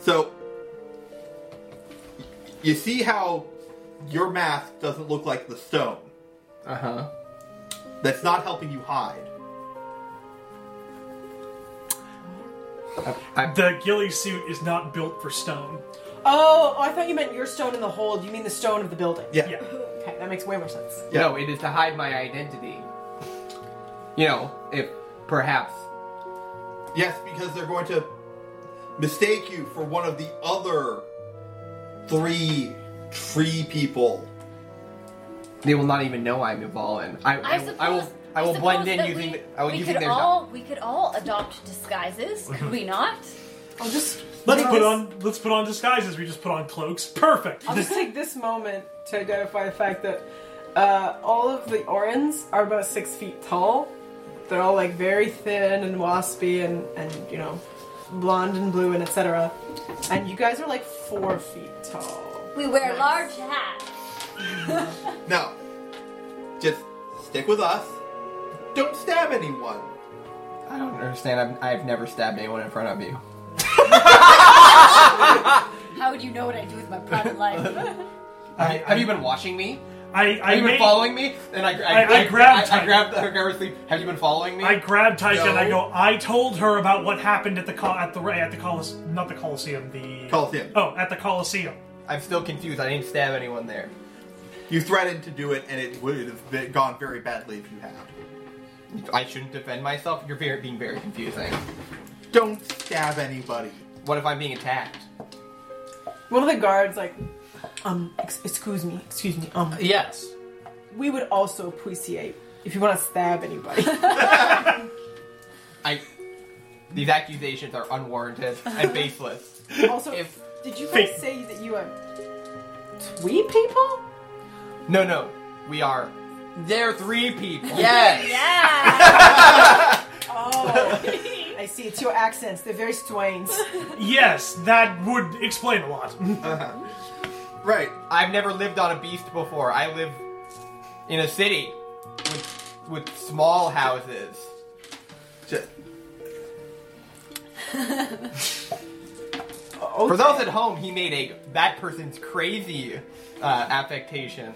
Speaker 4: So, you see how your mask doesn't look like the stone.
Speaker 3: Uh huh.
Speaker 4: That's not helping you hide.
Speaker 2: The ghillie suit is not built for stone.
Speaker 1: oh, oh, I thought you meant your stone in the hold. You mean the stone of the building?
Speaker 2: Yeah.
Speaker 1: Okay, that makes way more sense.
Speaker 3: No, it is to hide my identity. You know, if perhaps.
Speaker 4: Yes, because they're going to mistake you for one of the other three tree people.
Speaker 3: They will not even know I'm Evolan. I, I,
Speaker 7: I
Speaker 3: will-
Speaker 7: suppose.
Speaker 3: I will. I will blend
Speaker 7: suppose
Speaker 3: in
Speaker 7: that
Speaker 3: using.
Speaker 7: We,
Speaker 3: the, I will
Speaker 7: we
Speaker 3: using
Speaker 7: could
Speaker 3: their
Speaker 7: all. We could all adopt disguises. Could we not?
Speaker 1: I'll just
Speaker 2: Let's
Speaker 1: take
Speaker 2: put
Speaker 1: this-
Speaker 2: on let's put on disguises. We just put on cloaks. Perfect.
Speaker 1: I'll just take this moment to identify the fact that uh, all of the Orins are about six feet tall. They're all like very thin and waspy and, and you know, blonde and blue and etc. And you guys are like four feet tall.
Speaker 6: We wear
Speaker 1: Nice.
Speaker 6: large hats.
Speaker 4: Now, just stick with us. Don't stab anyone.
Speaker 3: I don't understand. I'm, I've never stabbed anyone in front of you.
Speaker 6: How would you know what I do with my private life?
Speaker 2: I-
Speaker 3: have you been watching me?
Speaker 2: I I,
Speaker 3: Have you been
Speaker 2: made-
Speaker 3: following me? And I,
Speaker 2: I- I grabbed
Speaker 3: I, I,
Speaker 2: Tiger.
Speaker 3: grabbed. I grabbed her sleeve. Have you been following me?
Speaker 2: I grab Taika and I
Speaker 3: No.
Speaker 2: go. I told her about what happened at the col- at the at the colis not the Coliseum the
Speaker 4: Coliseum.
Speaker 2: Oh, at the Coliseum.
Speaker 3: I'm still confused. I didn't stab anyone there.
Speaker 4: You threatened to do it, and it would have been- gone very badly if you had.
Speaker 3: I shouldn't defend myself. You're very, being very confusing.
Speaker 4: Don't stab anybody.
Speaker 3: What if I'm being attacked?
Speaker 1: One of the guards like, um, ex- excuse me, excuse me, um,
Speaker 5: Yes.
Speaker 1: we would also appreciate if you want to stab anybody.
Speaker 3: I. These accusations are unwarranted and baseless.
Speaker 1: also,
Speaker 5: If-
Speaker 1: did you
Speaker 2: Fake.
Speaker 1: guys say that you are twee people?
Speaker 3: No, no, we are. They're three people.
Speaker 5: Yes.
Speaker 6: yeah.
Speaker 1: Oh, I see. It's your accents. They're very Swains.
Speaker 2: Yes, that would explain a lot.
Speaker 4: Right.
Speaker 3: I've never lived on a beast before. I live in a city with, with small houses.
Speaker 4: Just,
Speaker 3: For those at home, he made a that person's crazy uh, affectation.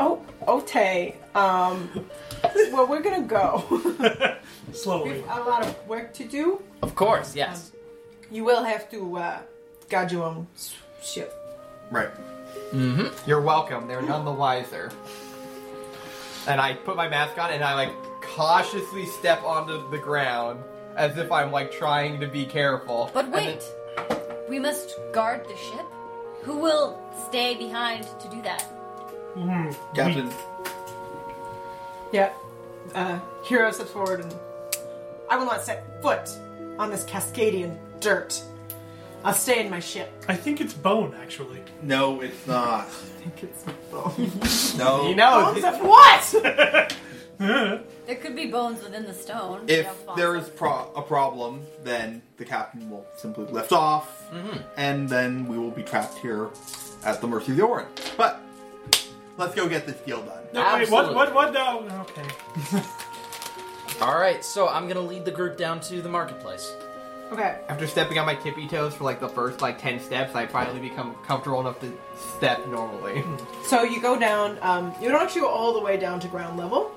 Speaker 1: Oh, okay. Um, well, we're gonna go.
Speaker 2: Slowly.
Speaker 1: We've a lot of work to do.
Speaker 5: Of
Speaker 1: Um,
Speaker 5: course. Yes.
Speaker 1: You will have to uh, guard your own s- ship.
Speaker 4: right.
Speaker 3: You're welcome. They're none the wiser. And I put my mask on and I like cautiously step onto the ground as if I'm like trying to be careful.
Speaker 7: But
Speaker 3: And then-
Speaker 7: wait, we must guard the ship. Who will stay behind to do that?
Speaker 4: Captain.
Speaker 1: Yeah. Uh, Hero steps forward and I will not set foot on this Cascadian dirt. I'll stay in my ship.
Speaker 2: I think it's bone, actually.
Speaker 4: No, it's not.
Speaker 1: I think it's
Speaker 4: No.
Speaker 3: You know,
Speaker 1: Bones of what?
Speaker 7: There could be bones within the stone.
Speaker 4: If
Speaker 7: you know,
Speaker 4: there is pro- a problem, then the captain will simply lift off, and then we will be trapped here at the mercy of the Orin. But let's go get this deal done.
Speaker 2: No, wait, what?
Speaker 5: Absolutely.
Speaker 2: What? What? No. Okay.
Speaker 5: All right, so I'm gonna lead the group down to the marketplace.
Speaker 1: okay.
Speaker 3: after stepping on my tippy toes for like the first like ten steps, I finally become comfortable enough to step normally.
Speaker 1: So you go down, um, you don't actually go all the way down to ground level.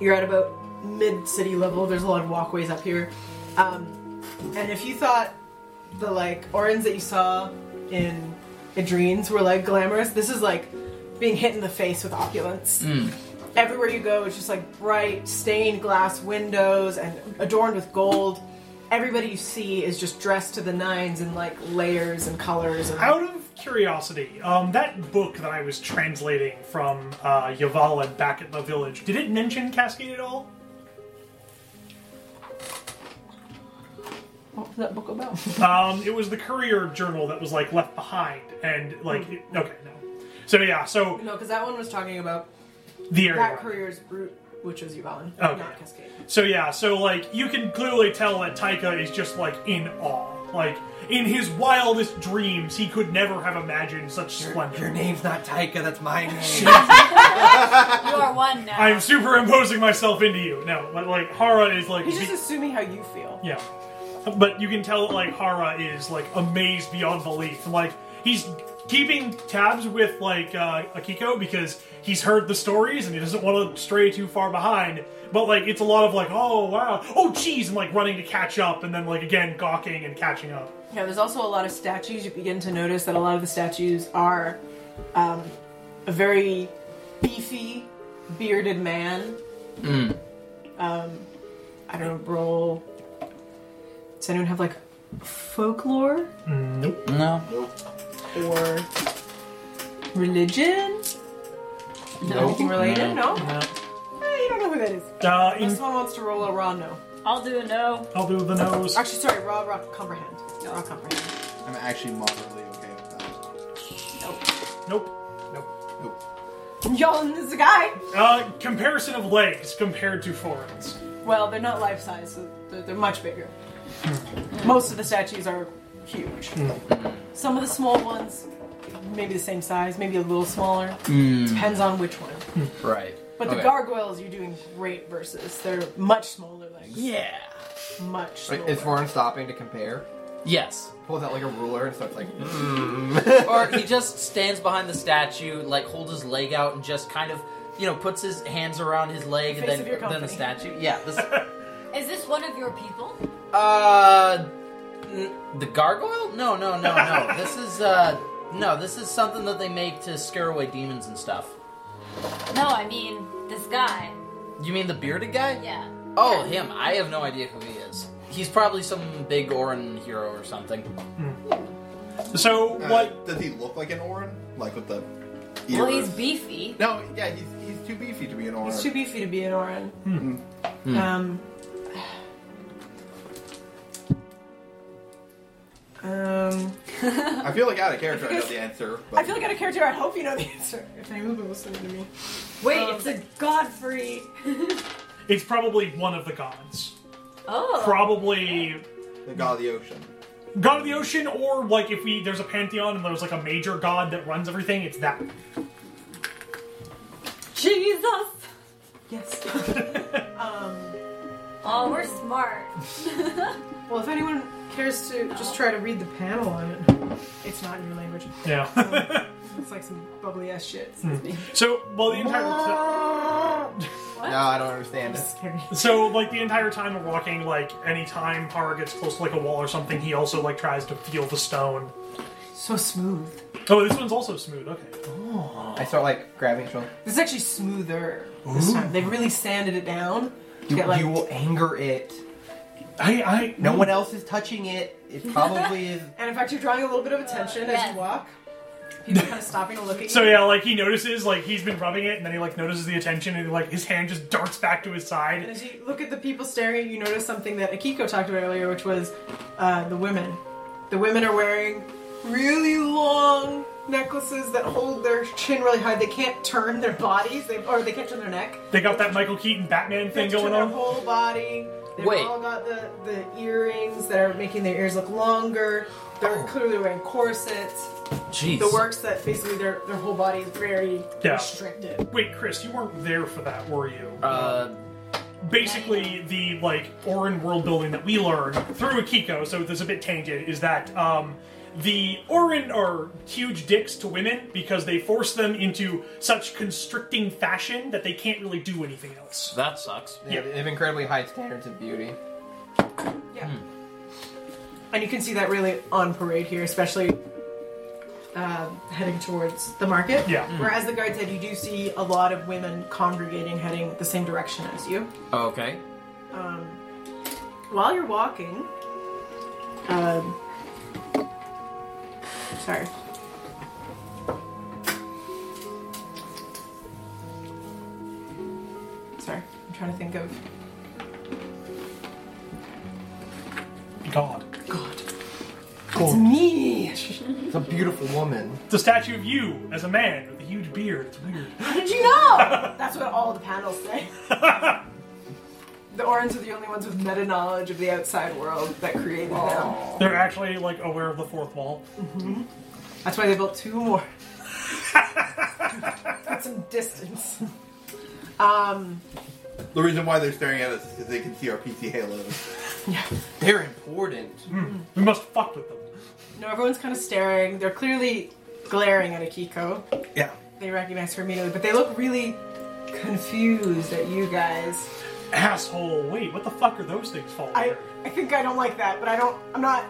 Speaker 1: You're at about mid city level. There's a lot of walkways up here. Um, and if you thought the like orans that you saw in Adrenes were like glamorous, this is like being hit in the face with opulence. Everywhere you go, it's just like bright stained glass windows and adorned with gold. Everybody you see is just dressed to the nines in like layers and colors. And
Speaker 2: Out of curiosity, um, that book that I was translating from uh, Yavala back at the village, did it mention Cascade at all?
Speaker 1: what was that book about?
Speaker 2: Um, it was the courier journal that was like left behind, and like
Speaker 1: Hmm.
Speaker 2: it- okay, no. So yeah, so
Speaker 1: no, because that one was talking about
Speaker 2: the area.
Speaker 1: That courier's brute, which was Yvonne,
Speaker 2: Okay.
Speaker 1: not Cascade.
Speaker 2: So yeah, so like you can clearly tell that Taika is just like in awe. Like in his wildest dreams, he could never have imagined such splendor.
Speaker 3: name's not Taika, that's my name.
Speaker 7: you are one now.
Speaker 2: I'm superimposing myself into you. No, but like Hara is like
Speaker 1: He's just
Speaker 2: be-
Speaker 1: assuming how you feel.
Speaker 2: yeah. But you can tell that like Hara is like amazed beyond belief. Like he's keeping tabs with like uh, Akiko because he's heard the stories and he doesn't want to stray too far behind. But like it's a lot of like oh wow oh geez and like running to catch up and then like again gawking and catching up.
Speaker 1: Yeah, there's also a lot of statues. You begin to notice that a lot of the statues are um, a very beefy, bearded man. Um, I don't know, roll. Does anyone have like folklore
Speaker 5: No.
Speaker 1: or religion? Anything related? No. Eh, you don't know who that is.
Speaker 2: Uh, in-
Speaker 1: Unless someone wants to roll a raw no.
Speaker 6: I'll do a no.
Speaker 2: I'll do the nose.
Speaker 1: Actually, sorry, raw, raw comprehend. Raw comprehend.
Speaker 4: I'm actually moderately okay with
Speaker 2: Nope.
Speaker 4: that.
Speaker 2: Nope.
Speaker 1: Y'all, and there's a guy.
Speaker 2: Uh, comparison of legs compared to foreigns.
Speaker 1: Well, they're not life size, so they're, they're much bigger. Most of the statues are huge. Some of the small ones, maybe the same size, maybe a little smaller. Depends on which one.
Speaker 5: Right.
Speaker 1: But the
Speaker 5: Okay.
Speaker 1: gargoyles, you're doing great versus. They're much smaller legs.
Speaker 5: Yeah.
Speaker 1: Much
Speaker 3: Wait,
Speaker 1: smaller.
Speaker 3: is Warren stopping to compare?
Speaker 5: Yes.
Speaker 3: Pulls out like a ruler and starts like,
Speaker 5: or he just stands behind the statue, like holds his leg out and just kind of, you know, puts his hands around his leg and
Speaker 1: Face
Speaker 5: then,
Speaker 1: of your
Speaker 5: then the
Speaker 1: company.
Speaker 5: statue. Yeah. This,
Speaker 7: Is this one of your people?
Speaker 5: uh, n- the gargoyle? No, no, no, no. this is uh, no. This is something that they make to scare away demons and stuff.
Speaker 7: No, I mean this guy.
Speaker 5: You mean the bearded guy?
Speaker 7: Yeah.
Speaker 5: Oh, him. I have no idea who he is. He's probably some big Orin hero or something.
Speaker 2: So
Speaker 4: Uh,
Speaker 2: what?
Speaker 4: Does he look like an Orin? Like with the.
Speaker 7: Well,
Speaker 4: ears?
Speaker 7: he's beefy.
Speaker 4: No, yeah, he's, he's too beefy to be an Orin.
Speaker 1: He's too beefy to be an Orin. Um, um,
Speaker 4: I feel like out of character, I know the answer. But
Speaker 1: I feel like out of character. I hope you know the answer. If anyone's been listening to me,
Speaker 7: Wait,
Speaker 1: Um,
Speaker 7: it's a Godfrey.
Speaker 2: It's probably one of the gods.
Speaker 7: oh.
Speaker 2: Probably
Speaker 4: the god of the ocean.
Speaker 2: god of the ocean, or like if we there's a pantheon and there's like a major god that runs everything, it's that.
Speaker 7: Jesus.
Speaker 1: yes.
Speaker 7: Oh, we're smart.
Speaker 1: Well, if anyone cares to just try to read the panel on it, it's not in your language.
Speaker 2: Yeah.
Speaker 1: It's like some bubbly ass shit. It's
Speaker 2: so well, the entire
Speaker 3: no, I don't understand it.
Speaker 1: scary.
Speaker 2: so like the entire time of walking, like anytime Hara gets close to like a wall or something, he also like tries to feel the stone.
Speaker 1: So smooth.
Speaker 2: Oh, this one's also smooth. Okay.
Speaker 3: I start like grabbing his shoulder.
Speaker 1: This is actually smoother this time. They really sanded it down. to get, like,
Speaker 3: you will anger it.
Speaker 2: I I
Speaker 3: No one else is touching it. It probably is.
Speaker 1: and in fact, you're drawing a little bit of attention as
Speaker 7: Yes.
Speaker 1: you walk. People kind of stopping to look at you.
Speaker 2: So yeah, like he notices, like he's been rubbing it, and then he like notices the attention, and like his hand just darts back to his
Speaker 1: And
Speaker 2: side.
Speaker 1: as you look at the people staring at you, you notice something that Akiko talked about earlier, which was uh, the women. The women are wearing really long necklaces that hold their chin really high. They can't turn their bodies, they, or they can't turn their neck.
Speaker 2: They got that Michael Keaton Batman
Speaker 1: They
Speaker 2: thing
Speaker 1: have to turn
Speaker 2: going
Speaker 1: their
Speaker 2: on.
Speaker 1: whole body. They've
Speaker 5: Wait.
Speaker 1: all got the, the earrings that are making their ears look longer. They're
Speaker 5: Oh.
Speaker 1: clearly wearing corsets.
Speaker 5: Jeez.
Speaker 1: The works that basically their, their whole body is very
Speaker 2: Yeah.
Speaker 1: restricted.
Speaker 2: Wait, Chris, you weren't there for that, were you?
Speaker 5: Uh,
Speaker 2: basically the like Orin world building that we learned through Akiko, so this is a bit tainted, is that um, the Orin are huge dicks to women because they force them into such constricting fashion that they can't really do anything else.
Speaker 5: that sucks.
Speaker 3: They have- they have incredibly high standards of beauty.
Speaker 1: Yeah. And you can see that really on parade here, especially uh, heading towards the market.
Speaker 2: Yeah.
Speaker 1: Whereas the guard said, you do see a lot of women congregating heading the same direction as you.
Speaker 5: Oh, Okay.
Speaker 1: While you're walking, um, sorry. Sorry, I'm trying to think of.
Speaker 2: Mm. God.
Speaker 1: God. It's
Speaker 3: Cool.
Speaker 1: me!
Speaker 3: It's a beautiful woman.
Speaker 2: The statue of you as a man with a huge beard. It's weird.
Speaker 1: How did you know? That's what all the panels say. the Orans are the only ones with meta knowledge of the outside world that created them.
Speaker 2: They're actually like aware of the fourth wall.
Speaker 1: That's why they built two more. Got some distance. Um,
Speaker 4: The reason why they're staring at us is because they can see our PC halos.
Speaker 1: yeah.
Speaker 3: They're important.
Speaker 2: We must fuck with them.
Speaker 1: No, everyone's kind of staring. They're clearly glaring at Akiko.
Speaker 4: Yeah.
Speaker 1: They recognize her immediately, but they look really confused at you guys.
Speaker 2: Asshole. Wait, what the fuck are those things falling?
Speaker 1: I, I think I don't like that, but I don't. I'm not.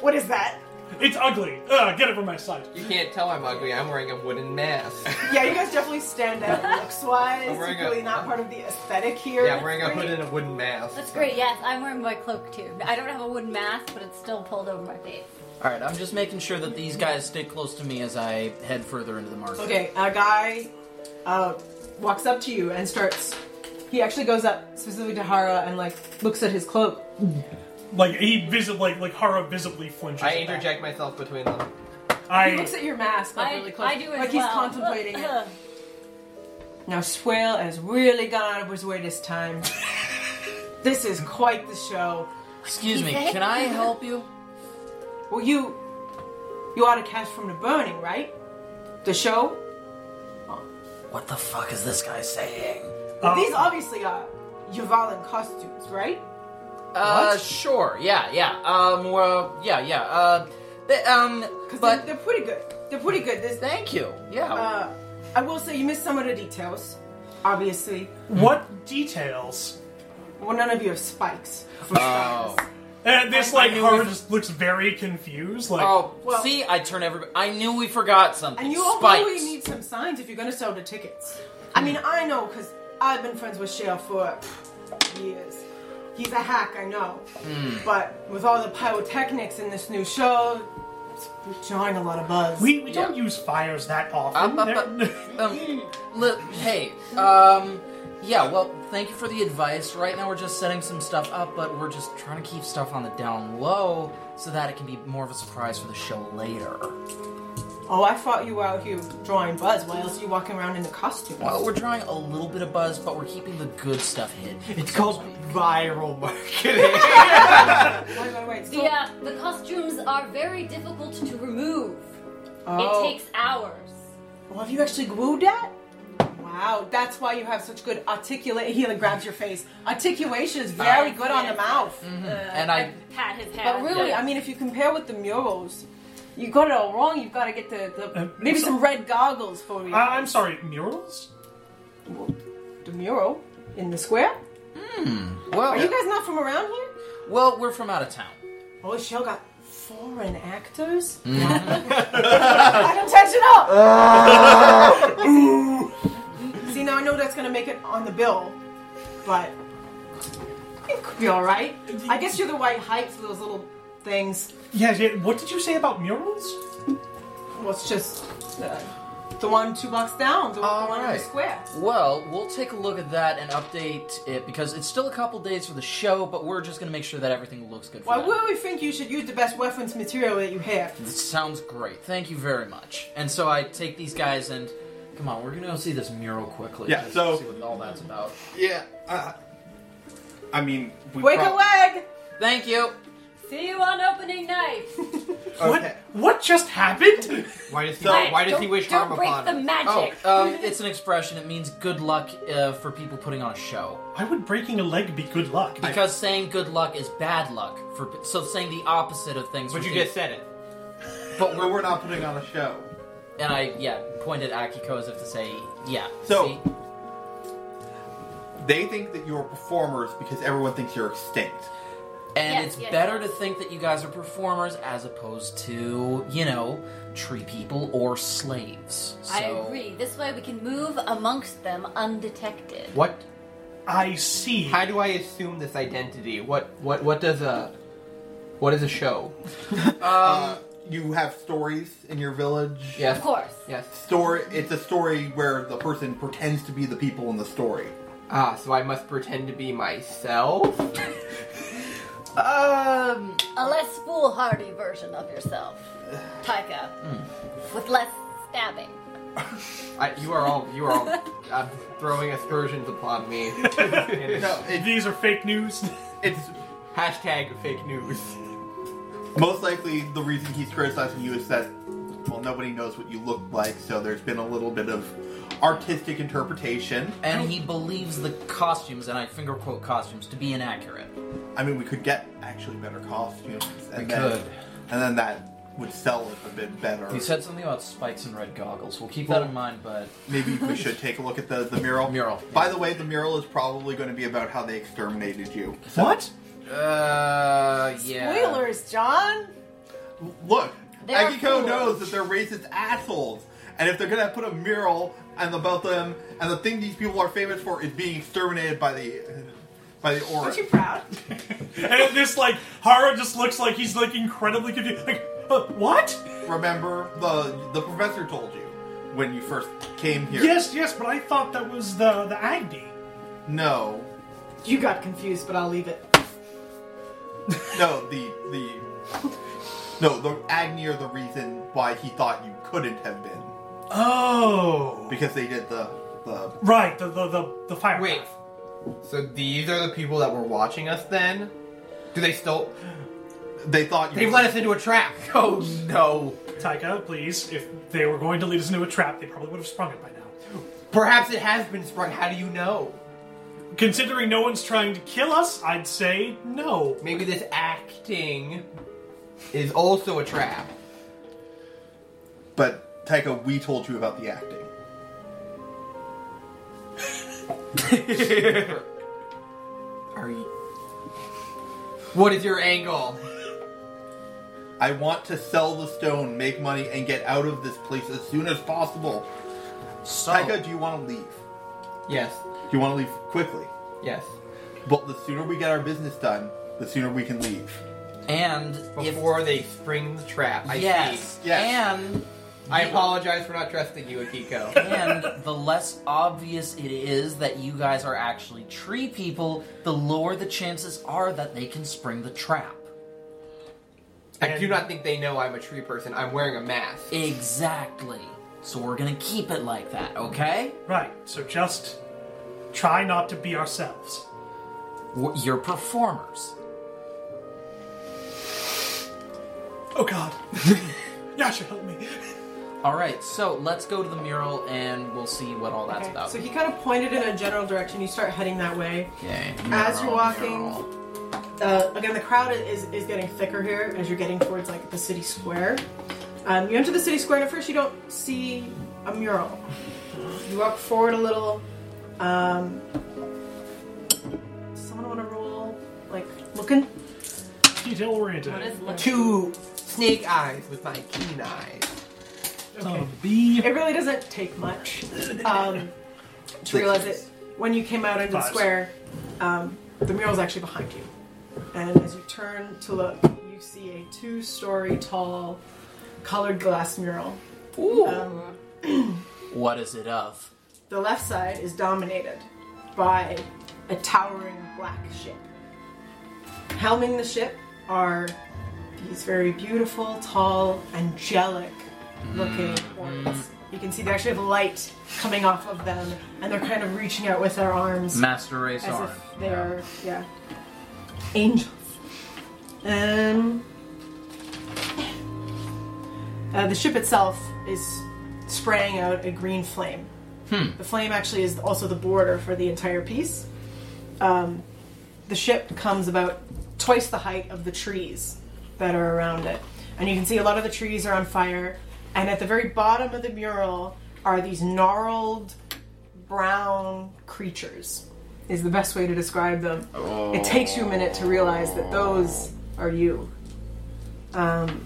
Speaker 1: What is that?
Speaker 2: It's ugly. Ugh, get it from my sight.
Speaker 3: You can't tell I'm ugly. I'm wearing a wooden mask.
Speaker 1: Yeah, you guys definitely stand out looks wise.
Speaker 3: I'm wearing a-
Speaker 1: Really not part of the aesthetic here.
Speaker 3: yeah, I'm wearing a
Speaker 7: great.
Speaker 3: hood and a wooden mask.
Speaker 7: That's great, yes. I'm wearing my cloak too. I don't have a wooden mask, but it's still pulled over my face.
Speaker 5: All right. I'm just making sure that these guys stay close to me as I head further into the market.
Speaker 1: Okay, a guy uh, walks up to you and starts. He actually goes up specifically to Hara and like looks at his cloak.
Speaker 2: Like he visibly, like, like Hara visibly flinches.
Speaker 3: I
Speaker 2: at that.
Speaker 3: interject myself between them.
Speaker 1: He
Speaker 2: I
Speaker 1: looks at your mask like
Speaker 7: I,
Speaker 1: really close,
Speaker 7: I do as
Speaker 1: like
Speaker 7: well.
Speaker 1: he's contemplating it. Now Swale has really gone out of his way this time. this is quite the show.
Speaker 5: Excuse me.
Speaker 7: Excuse me?
Speaker 5: Can I help you?
Speaker 1: Well, you you ought to catch from the burning, right? The show.
Speaker 5: What the fuck is this guy saying?
Speaker 2: um,
Speaker 1: These obviously are Yvalan costumes, right?
Speaker 5: Uh, sure. Yeah, yeah. Um, well, yeah, yeah. Uh, th- um,
Speaker 1: Because
Speaker 5: but
Speaker 1: they're, they're pretty good. They're pretty good. There's
Speaker 5: thank you. Yeah.
Speaker 1: Uh, I will say you missed some of the details, obviously.
Speaker 2: what details?
Speaker 1: Well, none of you have spikes. For
Speaker 5: Oh.
Speaker 1: styles.
Speaker 2: And Uh, this
Speaker 5: I- I
Speaker 2: like
Speaker 5: knew
Speaker 2: Hara
Speaker 5: it-
Speaker 2: just looks very confused. Like
Speaker 5: oh,
Speaker 1: well-
Speaker 5: see, I turn everybody. I knew we forgot something.
Speaker 1: And you all
Speaker 5: Spikes.
Speaker 1: really need some signs if you're going to sell the tickets. I mean, I know because I've been friends with Shale for pff, years. He's a hack, I know.
Speaker 5: Hmm.
Speaker 1: But with all the pyrotechnics in this new show, it's drawing a lot of buzz.
Speaker 2: we, we don't use fires that often.
Speaker 5: Um, um,
Speaker 2: They're-
Speaker 5: um, li- hey, um, yeah, well, thank you for the advice. Right now we're just setting some stuff up, but we're just trying to keep stuff on the down low so that it can be more of a surprise for the show later.
Speaker 1: oh, I thought you were out here drawing buzz. Why else are you walking around in the costume?
Speaker 5: Well, we're drawing a little bit of buzz, but we're keeping the good stuff hidden.
Speaker 3: It's called viral marketing.
Speaker 1: wait, wait, wait. So,
Speaker 7: The, uh, the costumes are very difficult to remove.
Speaker 1: Oh.
Speaker 7: It takes hours.
Speaker 1: Well, have you actually glued that? Wow, that's why you have such good articulate. He like grabs your face. Articulation is very good on the mouth.
Speaker 5: And I-
Speaker 7: pat his head.
Speaker 1: But really,
Speaker 5: Yeah.
Speaker 1: I mean, if you compare with the murals, you got it all wrong. You've got to get the, the
Speaker 2: Um,
Speaker 1: maybe
Speaker 2: so- Uh,
Speaker 1: some red goggles for you.
Speaker 2: I- I'm sorry, murals?
Speaker 1: the mural in the square. Are you
Speaker 5: Well,
Speaker 1: guys not from around here?
Speaker 5: well, we're from out of town.
Speaker 1: Oh, she got foreign actors. I don't touch it up. See, now I know that's gonna make it on the bill, but it could be all right. I guess you're the white height for those little things.
Speaker 2: Yes, yeah, what did you say about murals?
Speaker 1: Well, it's just uh, the one two blocks down, the, the
Speaker 3: All
Speaker 1: one in
Speaker 3: right.
Speaker 1: the square.
Speaker 5: Well, we'll take a look at that and update it because it's still a couple days for the show, but we're just gonna make sure that everything looks good. For
Speaker 1: Why
Speaker 5: that.
Speaker 1: would we think you should use the best weapons material that you have?
Speaker 5: This sounds great. Thank you very much. And so I take these guys and come on, we're gonna go see this mural quickly.
Speaker 4: Yeah,
Speaker 5: just to
Speaker 4: so-
Speaker 5: see what all that's about.
Speaker 4: Yeah. Uh, I mean, we
Speaker 1: Wake
Speaker 4: prob-
Speaker 1: a leg!
Speaker 5: Thank you.
Speaker 6: See you on opening night.
Speaker 3: Okay.
Speaker 2: What? What just happened?
Speaker 3: Why does he?
Speaker 4: So-
Speaker 3: why does
Speaker 6: don't,
Speaker 3: he wish
Speaker 6: don't
Speaker 3: harm
Speaker 6: break
Speaker 3: upon uh,
Speaker 6: the
Speaker 3: us?
Speaker 5: Oh,
Speaker 6: magic.
Speaker 5: um, it's an expression. It means good luck uh, for people putting on a show.
Speaker 2: Why would breaking a leg be good luck?
Speaker 5: Because saying good luck is bad luck for so saying the opposite of things.
Speaker 3: But
Speaker 5: would
Speaker 3: you
Speaker 5: be-
Speaker 3: just said it.
Speaker 5: But
Speaker 4: But
Speaker 5: we're
Speaker 4: we're not putting on a show.
Speaker 5: and I yeah pointed at Akiko as if to say yeah.
Speaker 4: So-
Speaker 5: see?
Speaker 4: They think that you're performers because everyone thinks you're extinct.
Speaker 7: Yes,
Speaker 5: and it's
Speaker 7: yes,
Speaker 5: better
Speaker 7: yes.
Speaker 5: to think that you guys are performers as opposed to you know tree people or slaves. So,
Speaker 7: I agree. This way we can move amongst them undetected.
Speaker 3: What?
Speaker 2: I see.
Speaker 3: How do I assume this identity? What? What? What does a? What is a show?
Speaker 4: Uh,
Speaker 1: Mm.
Speaker 4: you have stories in your village.
Speaker 3: Yes.
Speaker 7: Of course.
Speaker 3: Yes.
Speaker 4: Story. It's a story where the person pretends to be the people in the story.
Speaker 3: Ah, so I must pretend to be myself.
Speaker 5: Um,
Speaker 7: A less foolhardy version of yourself, Taika,
Speaker 3: Hmm.
Speaker 7: with less stabbing.
Speaker 3: I, you are all. You are all. uh, throwing aspersions upon me.
Speaker 4: No, it,
Speaker 2: These are fake news.
Speaker 4: it's
Speaker 3: Hashtag fake news.
Speaker 4: most likely the reason he's criticizing you is that well, nobody knows what you look like, so there's been a little bit of artistic interpretation.
Speaker 5: and he believes the costumes, and I finger quote costumes, to be inaccurate.
Speaker 4: I mean, we could get actually better costumes. And
Speaker 5: We
Speaker 4: then,
Speaker 5: could.
Speaker 4: And then that would sell it a bit better.
Speaker 5: He said something about spikes and red goggles. We'll keep that in mind, but
Speaker 4: Maybe we should take a look at the, the mural.
Speaker 5: Mural,
Speaker 4: By the way, the mural is probably going to be about how they exterminated you.
Speaker 2: What?
Speaker 5: uh, yeah.
Speaker 1: Spoilers, John!
Speaker 4: Look,
Speaker 7: They are
Speaker 4: Akiko
Speaker 7: fools.
Speaker 4: knows that they're racist assholes, and if they're going to put a mural and about them, and the thing these people are famous for is being exterminated by the by the aura.
Speaker 1: Aren't you proud?
Speaker 2: And this like Hara just looks like he's like incredibly confused. Like, uh, what?
Speaker 4: Remember the the professor told you when you first came here.
Speaker 2: Yes, yes, but I thought that was the the Agni.
Speaker 4: No.
Speaker 1: You got confused, but I'll leave it.
Speaker 4: No. The the no the Agni are the reason why he thought you couldn't have been
Speaker 2: Oh,
Speaker 4: because they did the the
Speaker 2: right. The the the, the fire.
Speaker 3: Wait.
Speaker 2: path.
Speaker 3: So these are the people that were watching us then? Do they still?
Speaker 4: they thought you
Speaker 3: They've
Speaker 4: were-
Speaker 3: let us into a trap. Oh no.
Speaker 2: Taika, please. If they were going to lead us into a trap, they probably would have sprung it by now.
Speaker 3: Perhaps it has been sprung. How do you know?
Speaker 2: Considering no one's trying to kill us, I'd say no.
Speaker 3: Maybe this acting is also a trap.
Speaker 4: But Taika, we told you about the acting.
Speaker 3: Are you? What is your angle?
Speaker 4: I want to sell the stone, make money, and get out of this place as soon as possible.
Speaker 5: So,
Speaker 4: Taika, do you want to leave?
Speaker 3: Yes.
Speaker 4: Do you want to leave quickly?
Speaker 3: Yes.
Speaker 4: But the sooner we get our business done, the sooner we can leave.
Speaker 5: and if
Speaker 3: Before they spring the trap. I
Speaker 5: yes,
Speaker 3: see.
Speaker 4: Yes.
Speaker 5: and
Speaker 3: I apologize for not trusting you, Akiko.
Speaker 5: and the less obvious it is that you guys are actually tree people, the lower the chances are that they can spring the trap.
Speaker 3: I do not think they know I'm a tree person. I'm wearing a mask.
Speaker 5: Exactly. So we're gonna keep it like that, okay?
Speaker 2: Right. So just try not to be ourselves.
Speaker 5: W- You're performers.
Speaker 2: Oh God. Yasha, help me.
Speaker 5: All right, so let's go to the mural and we'll see what all that's
Speaker 1: Okay,
Speaker 5: about.
Speaker 1: So he kind of pointed in a general direction. You start heading that way.
Speaker 5: Okay,
Speaker 1: As you're
Speaker 5: mural,
Speaker 1: walking-
Speaker 5: mural.
Speaker 1: Uh, again, the crowd is, is getting thicker here as you're getting towards like the city square. Um, you enter the city square, and at first you don't see a mural. You walk forward a little. Um, does someone want to roll, like looking?
Speaker 2: Detail oriented.
Speaker 6: What is look?
Speaker 3: Two snake eyes with my keen eyes.
Speaker 2: Um, B.
Speaker 1: It really doesn't take much um, to realize it. When you came out into the
Speaker 2: Fives.
Speaker 1: square, um, the mural's actually behind you. And as you turn to look, you see a two story tall colored glass mural
Speaker 5: Ooh.
Speaker 1: Um,
Speaker 5: what is it of?
Speaker 1: the left side is dominated by a towering black ship. Helming the ship are these very beautiful, tall, angelic looking horns. You can see they actually have light coming off of them, and they're kind of reaching out with their arms
Speaker 5: Master Race
Speaker 1: as
Speaker 5: Arm.
Speaker 1: if they're yeah angels. Um, uh, the ship itself is spraying out a green flame. The flame actually is also the border for the entire piece. Um, the ship comes about twice the height of the trees that are around it, and you can see a lot of the trees are on fire. And at the very bottom of the mural are these gnarled brown creatures is the best way to describe them. It takes you a minute to realize that those are you. Um,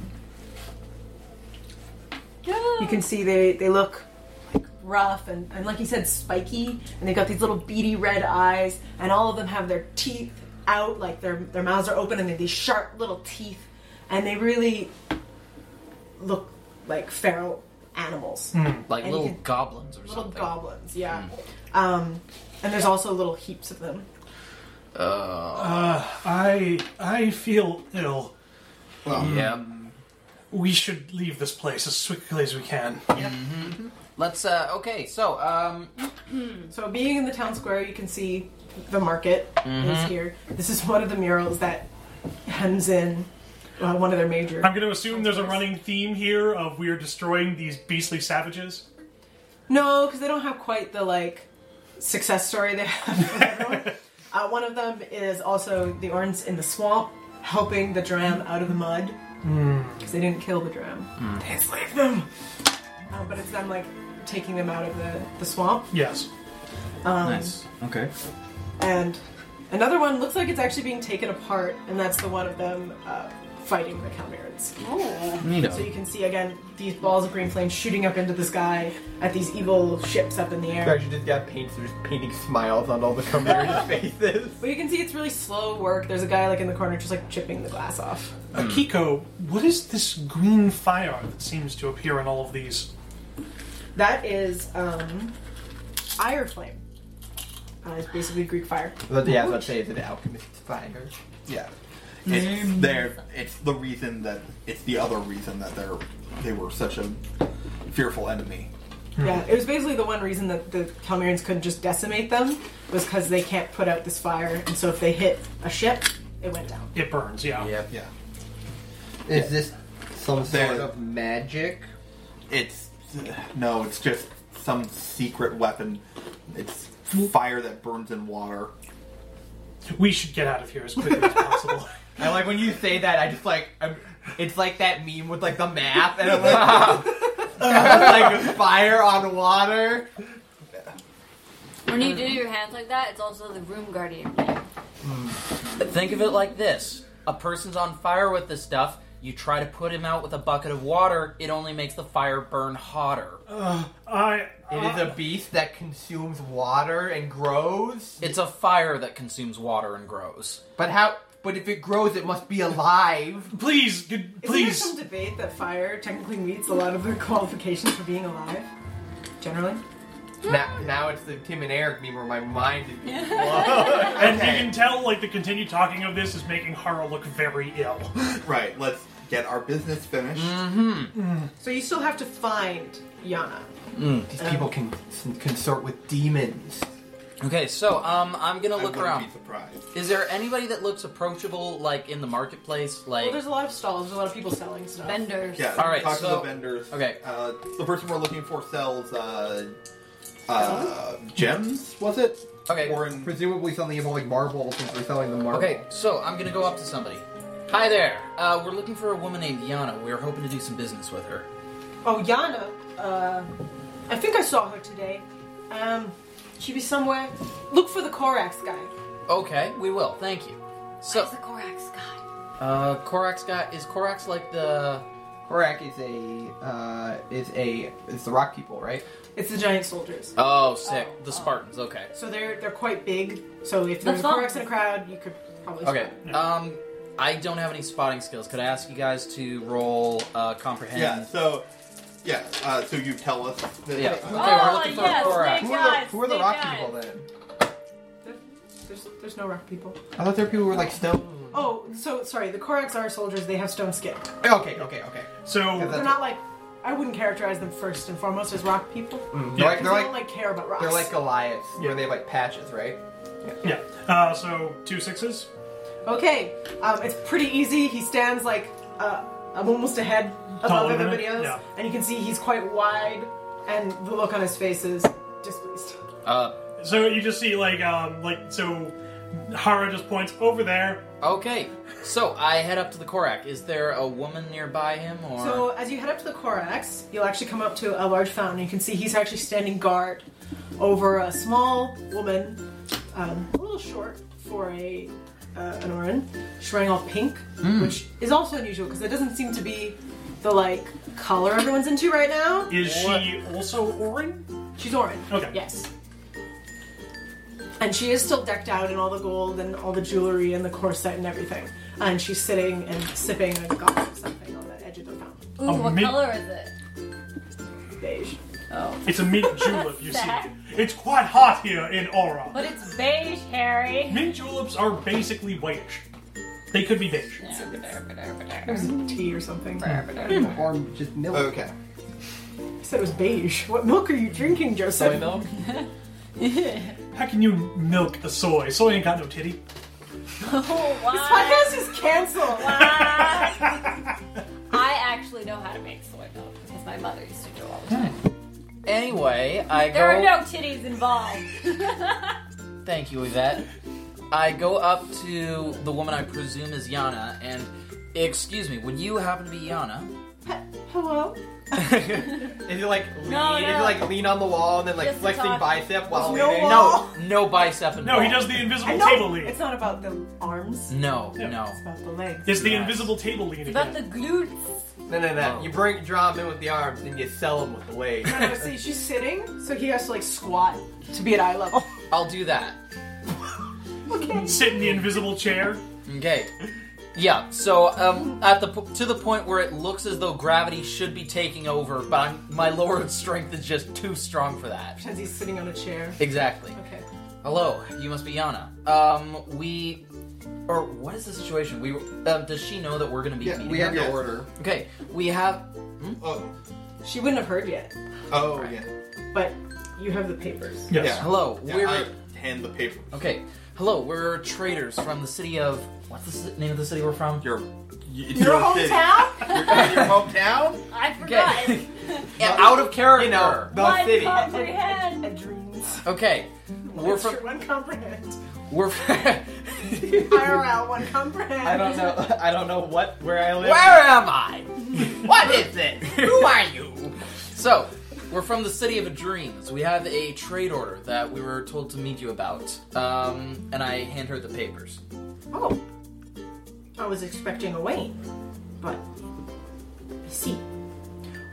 Speaker 1: you can see they, they look rough and, and, like you said, spiky, and they've got these little beady red eyes, and all of them have their teeth out, like their, their mouths are open, and they have these sharp little teeth, and they really look like feral animals
Speaker 5: Like
Speaker 1: and
Speaker 5: little
Speaker 1: you can-
Speaker 5: goblins or
Speaker 1: little
Speaker 5: something.
Speaker 1: goblins, yeah. Um, and there's also little heaps of them.
Speaker 5: Uh,
Speaker 2: I I feel ill.
Speaker 5: yeah.
Speaker 2: We should leave this place as quickly as we can.
Speaker 5: Let's, uh, okay, so, um,
Speaker 1: So, being in the town square, you can see the market is here. This is one of the murals that hems in uh, one of their major.
Speaker 2: I'm going to assume there's a running theme here of we are destroying these beastly savages.
Speaker 1: No, because they don't have quite the like success story they have. with everyone. uh, one of them is also the orange in the swamp, helping the dram out of the mud because they didn't kill the dram. They enslaved them. Uh, but it's them like taking them out of the, the swamp.
Speaker 2: Yes.
Speaker 1: Um,
Speaker 5: nice. Okay.
Speaker 1: And another one looks like it's actually being taken apart, and that's the one of them uh, fighting the Calmerans. So you can see again these balls of green flame shooting up into the sky at these evil ships up in the
Speaker 3: You
Speaker 1: air.
Speaker 3: actually just got painters painting smiles on all the Chimera's faces.
Speaker 1: But you can see it's really slow work. There's a guy like in the corner just like chipping the glass off.
Speaker 3: Hmm.
Speaker 2: Akiko, what is this green fire that seems to appear in all of these?
Speaker 1: That is um, ire flame. Uh, it's basically Greek fire.
Speaker 3: But yeah, I was about to say, is it alchemist fire?
Speaker 4: Yeah. It's there. It's the reason that it's the other reason that they're they were such a fearful enemy.
Speaker 1: Yeah, it was basically the one reason that the Calmerians couldn't just decimate them was because they can't put out this fire, and so if they hit a ship, it went down.
Speaker 2: It burns, yeah.
Speaker 5: Yep.
Speaker 4: Yeah.
Speaker 3: Is this some
Speaker 4: There.
Speaker 3: sort of magic?
Speaker 4: It's no. It's just some secret weapon. It's fire that burns in water.
Speaker 2: We should get out of here as quickly as possible.
Speaker 3: And like when you say that, I just like I'm, it's like that meme with like the map and I'm like, like fire on water.
Speaker 6: When you do your hands like that, it's also the room guardian.
Speaker 5: Think of it like this a person's on fire with this stuff. You try to put him out with a bucket of water, it only makes the fire burn hotter.
Speaker 1: Oh.
Speaker 2: I. uh,
Speaker 3: It is a beast that consumes water and grows.
Speaker 5: It's a fire that consumes water and grows.
Speaker 3: But how? But if it grows, it must be alive.
Speaker 2: Please, g-
Speaker 1: Isn't there
Speaker 2: please.
Speaker 1: some debate that fire technically meets a lot of the qualifications for being alive? Generally?
Speaker 3: now, now it's the Tim and Eric meme where my mind is being blown.
Speaker 2: And you can tell, like, the continued talking of this is making Haro look very ill.
Speaker 4: Right. Let's get our business finished.
Speaker 5: Mm.
Speaker 1: So you still have to find Yana.
Speaker 3: These people can consort with demons.
Speaker 5: Okay, so um, I'm gonna
Speaker 4: I
Speaker 5: look
Speaker 4: wouldn't
Speaker 5: around.
Speaker 4: be surprised.
Speaker 5: Is there anybody that looks approachable, like in the marketplace? Like,
Speaker 1: Well, there's a lot of stalls, there's a lot of people selling stuff.
Speaker 6: Vendors.
Speaker 4: Yeah.
Speaker 5: All right,
Speaker 4: Talk to
Speaker 5: so-
Speaker 4: the vendors.
Speaker 5: okay.
Speaker 4: Uh, the person we're looking for sells uh, uh, gems. Was it?
Speaker 5: Okay.
Speaker 4: Or in
Speaker 3: Presumably something about like marble since we're selling the marble.
Speaker 5: okay, so I'm gonna go up to somebody. Hi there. Uh, we're looking for a woman named Yana. We are hoping to do some business with her.
Speaker 1: Oh, Yana, uh, I think I saw her today. Um, she be somewhere. Look for the Korax guy.
Speaker 5: Okay, we will. Thank you. So,
Speaker 6: It's the Korax guy.
Speaker 5: uh, Korax got is Korax like the?
Speaker 3: Horak is a uh, is a it's the rock people, right?
Speaker 1: It's the giant soldiers.
Speaker 5: Oh, sick.
Speaker 6: Oh,
Speaker 5: the
Speaker 6: oh.
Speaker 5: Spartans. Okay.
Speaker 1: So they're they're quite big. So if there's a
Speaker 6: That's
Speaker 1: Korax
Speaker 6: fine.
Speaker 1: in a crowd, you could probably
Speaker 5: Okay.
Speaker 1: spot
Speaker 5: Um, I don't have any spotting skills. Could I ask you guys to roll uh, comprehend?
Speaker 4: Yeah, so Yeah, uh, so you tell us. That,
Speaker 5: Yeah.
Speaker 4: uh,
Speaker 5: What they were
Speaker 7: Oh,
Speaker 5: looking for
Speaker 7: yes,
Speaker 5: Korak.
Speaker 7: Snake
Speaker 3: who, are the,
Speaker 7: eyes,
Speaker 3: who are the
Speaker 7: snake
Speaker 3: rock
Speaker 7: eyes.
Speaker 3: people then?
Speaker 1: There's, there's no rock people.
Speaker 3: I thought there were people who were like stone.
Speaker 1: Oh, so sorry. The Koraks are soldiers. They have stone skin.
Speaker 3: Oh, Okay, okay, okay.
Speaker 2: So
Speaker 3: Yeah,
Speaker 1: They're
Speaker 3: That's-
Speaker 1: not like. I wouldn't characterize them first and foremost as rock people.
Speaker 3: Mm-hmm. They're
Speaker 2: Yeah.
Speaker 3: like
Speaker 1: 'cause
Speaker 3: they're
Speaker 1: they don't
Speaker 3: like
Speaker 1: like care about rocks.
Speaker 3: they're like Goliaths, where
Speaker 2: Yeah.
Speaker 3: they have like patches, right?
Speaker 2: yeah, uh, so two sixes.
Speaker 1: Okay, um, it's pretty easy. He stands like uh, I'm almost ahead above
Speaker 2: Taller than
Speaker 1: everybody
Speaker 2: it?
Speaker 1: else,
Speaker 2: Yeah.
Speaker 1: and you can see he's quite wide, and the look on his face is displeased.
Speaker 5: Uh,
Speaker 2: So you just see like um like so Hara just points over there.
Speaker 5: okay. So I head up to the Korak. Is there a woman nearby him, or
Speaker 1: So as you head up to the Korax, you'll actually come up to a large fountain. You can see he's actually standing guard over a small woman, um, a little short for a uh, an Orin. She's wearing all pink, which is also unusual because it doesn't seem to be the like color everyone's into right now.
Speaker 2: Is she also Orin?
Speaker 1: She's orange.
Speaker 2: Okay.
Speaker 1: Yes. And she is still decked out in all the gold and all the jewelry and the corset and everything. And she's sitting and sipping a glass of something on the edge of the fountain.
Speaker 7: Ooh, what
Speaker 2: mint-
Speaker 7: color is it?
Speaker 1: Beige.
Speaker 7: Oh.
Speaker 2: It's a mint julep. You see,
Speaker 7: Sad.
Speaker 2: it's quite hot here in Aura.
Speaker 7: But it's beige, Harry.
Speaker 2: Mint juleps are basically whitish. They could be beige.
Speaker 1: There's tea or something.
Speaker 3: Or just milk.
Speaker 4: Uh,
Speaker 3: Okay.
Speaker 1: I said it was beige. What milk are you drinking, Joseph?
Speaker 3: milk.
Speaker 2: How can you milk a soy? Soy ain't got no titty.
Speaker 7: Oh, wow.
Speaker 1: Podcast is canceled.
Speaker 7: I actually know how to make soy milk because my mother used to do it all the time.
Speaker 5: anyway, I
Speaker 7: There
Speaker 5: go.
Speaker 7: are no titties involved.
Speaker 5: Thank you, Yvette. I go up to the woman I presume is Yana, and excuse me, would you happen to be Yana?
Speaker 1: Hello.
Speaker 3: Is it like lean?
Speaker 7: No,
Speaker 3: Is
Speaker 7: no.
Speaker 3: it like lean on the wall and then like
Speaker 7: Just to
Speaker 3: flexing
Speaker 7: talk.
Speaker 3: bicep while
Speaker 1: There's no
Speaker 3: leaning?
Speaker 1: wall.
Speaker 5: No, no bicep involved.
Speaker 2: No, he does the
Speaker 1: I
Speaker 2: invisible
Speaker 1: know
Speaker 2: table lean.
Speaker 1: It's not about the arms.
Speaker 5: No,
Speaker 2: Yeah.
Speaker 5: no.
Speaker 1: It's about the legs.
Speaker 2: It's the
Speaker 5: Yes.
Speaker 2: invisible table lean
Speaker 7: It's about the
Speaker 2: again.
Speaker 7: glutes.
Speaker 3: No, no, no.
Speaker 5: Oh.
Speaker 3: You bring draw them in with the arms and you sell them with the legs.
Speaker 1: No, no, see, she's sitting, so he has to like squat to be at eye level.
Speaker 5: I'll do that.
Speaker 2: Sit in the invisible chair.
Speaker 5: Okay. Yeah. So um, at the p- to the point where it looks as though gravity should be taking over, but I'm, my lowered strength is just too strong for that.
Speaker 1: Pretends he's sitting on a chair.
Speaker 5: Exactly.
Speaker 1: Okay.
Speaker 5: Hello, you must be Yana. Um, we, or what is the situation? We um, does she know that we're gonna be
Speaker 3: Yeah,
Speaker 5: meeting?
Speaker 3: we
Speaker 5: her?
Speaker 3: have your order.
Speaker 5: Okay, we have.
Speaker 4: oh,
Speaker 1: She wouldn't have heard yet,
Speaker 4: oh yeah.
Speaker 1: but you have the papers.
Speaker 2: Yes.
Speaker 4: Yeah.
Speaker 5: Hello,
Speaker 4: yeah
Speaker 5: we're.
Speaker 4: I hand the paper.
Speaker 5: Okay, hello, we're traders from the city of. What's the ci- name of the city we're from?
Speaker 4: Your it's
Speaker 1: Your
Speaker 4: city.
Speaker 1: hometown?
Speaker 4: Your, your hometown?
Speaker 7: I forgot.
Speaker 5: Yeah, out of character.
Speaker 3: You know, the
Speaker 7: One
Speaker 3: city.
Speaker 7: comprehend.
Speaker 1: And dreams.
Speaker 5: Okay, we're
Speaker 1: One
Speaker 5: from.
Speaker 1: str- One comprehend.
Speaker 5: We're. From,
Speaker 1: IRL, one comprehend.
Speaker 3: I don't know. I don't know what where I live.
Speaker 5: Where am I? what is it? Who are you? So, we're from the City of Dreams. We have a trade order that we were told to meet you about. Um, and I hand her the papers.
Speaker 1: Oh. I was expecting a Wayne, but I see.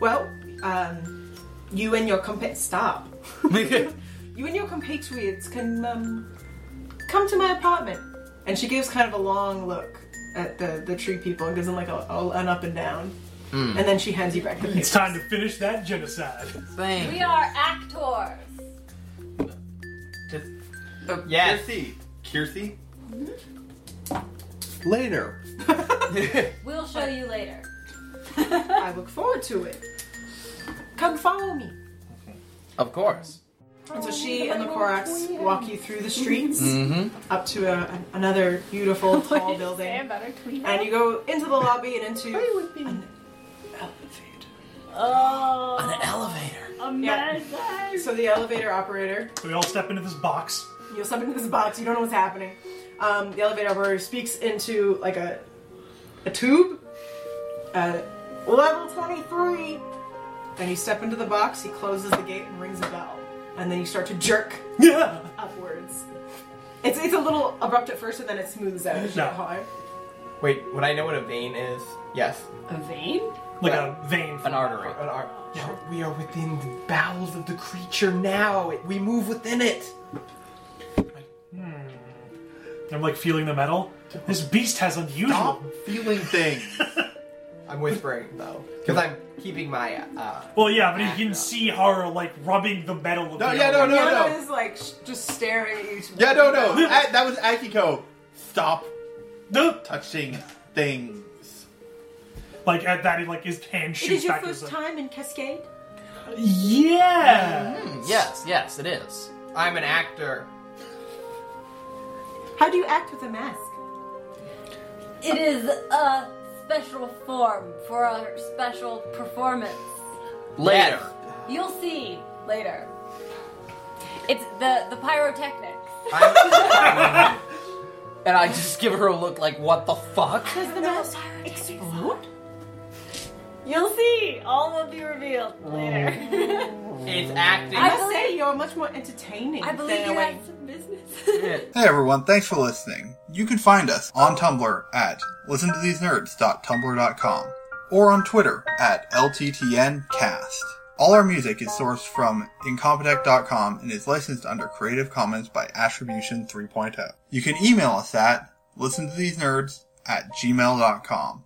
Speaker 1: Well, um, you and your compa- stop. You and your compatriots can um, come to my apartment. And she gives kind of a long look at the, the tree people and gives them like a, a- an up and down. And then she hands you back the papers.
Speaker 2: It's time to finish that genocide.
Speaker 5: Thanks.
Speaker 7: We are actors.
Speaker 3: Yes.
Speaker 4: Kiersey. Kiersey? Later.
Speaker 7: We'll show you later.
Speaker 1: I look forward to it. Come follow me.
Speaker 5: Of course.
Speaker 1: And so she and the Korax walk you through the streets up to a, another beautiful tall building.
Speaker 7: better tweet.
Speaker 1: And you go into the lobby and into an elevator.
Speaker 7: Oh,
Speaker 5: An elevator.
Speaker 7: amazing.
Speaker 1: So the elevator operator,
Speaker 2: We all step into this box.
Speaker 1: you'll step into this box, you don't know what's happening. Um, the elevator operator speaks into like a a tube at level 23. And you step into the box, he closes the gate and rings a bell. And then you start to jerk
Speaker 2: Yeah.
Speaker 1: upwards. It's, it's a little abrupt at first and then it smooths out. It's
Speaker 2: No.
Speaker 1: not hard.
Speaker 3: Wait, would I know what a vein is? Yes.
Speaker 7: A vein?
Speaker 2: Like a vein.
Speaker 5: An artery.
Speaker 3: An ar- we are within the bowels of the creature now. It- We move within it.
Speaker 2: I'm like feeling the metal. This beast has unusual.
Speaker 4: Stop feeling things.
Speaker 3: I'm whispering though, because I'm keeping my. Uh,
Speaker 2: Well, yeah, but
Speaker 1: Ah,
Speaker 2: you
Speaker 3: Yeah.
Speaker 2: can see her like rubbing the metal. Of
Speaker 4: No,
Speaker 2: the
Speaker 4: yeah, no,
Speaker 2: elevator.
Speaker 4: no,
Speaker 1: Yana
Speaker 4: no.
Speaker 1: is like sh- just staring at you.
Speaker 4: Yeah, no, no. A- that was Akiko. Stop
Speaker 2: no.
Speaker 4: touching things.
Speaker 2: Like at that, he like his hand
Speaker 1: It
Speaker 2: shoots
Speaker 1: is your
Speaker 2: back. to his
Speaker 1: first time in Cascade.
Speaker 2: Yeah.
Speaker 5: Yes, yes, it is.
Speaker 3: I'm an actor.
Speaker 1: How do you act with a mask?
Speaker 7: It is
Speaker 6: A special form for a special performance.
Speaker 5: Later.
Speaker 6: You'll see later. It's the the pyrotechnics.
Speaker 3: I'm,
Speaker 5: And I just give her a look like, what the fuck?
Speaker 1: Does the mask explode?
Speaker 6: You'll see. All will be revealed later.
Speaker 3: it's acting.
Speaker 1: I
Speaker 6: I
Speaker 1: must say
Speaker 6: believe-
Speaker 1: you're much more entertaining.
Speaker 6: I believe
Speaker 1: than
Speaker 6: you
Speaker 1: a
Speaker 6: have some business.
Speaker 4: Hey everyone, thanks for listening. You can find us on Tumblr at listentothesenerds.tumblr.com or on Twitter at LTTNcast. All our music is sourced from incompetech.com and is licensed under Creative Commons by oh. Attribution 3.0. You can email us at listentothesenerds at gmail.com.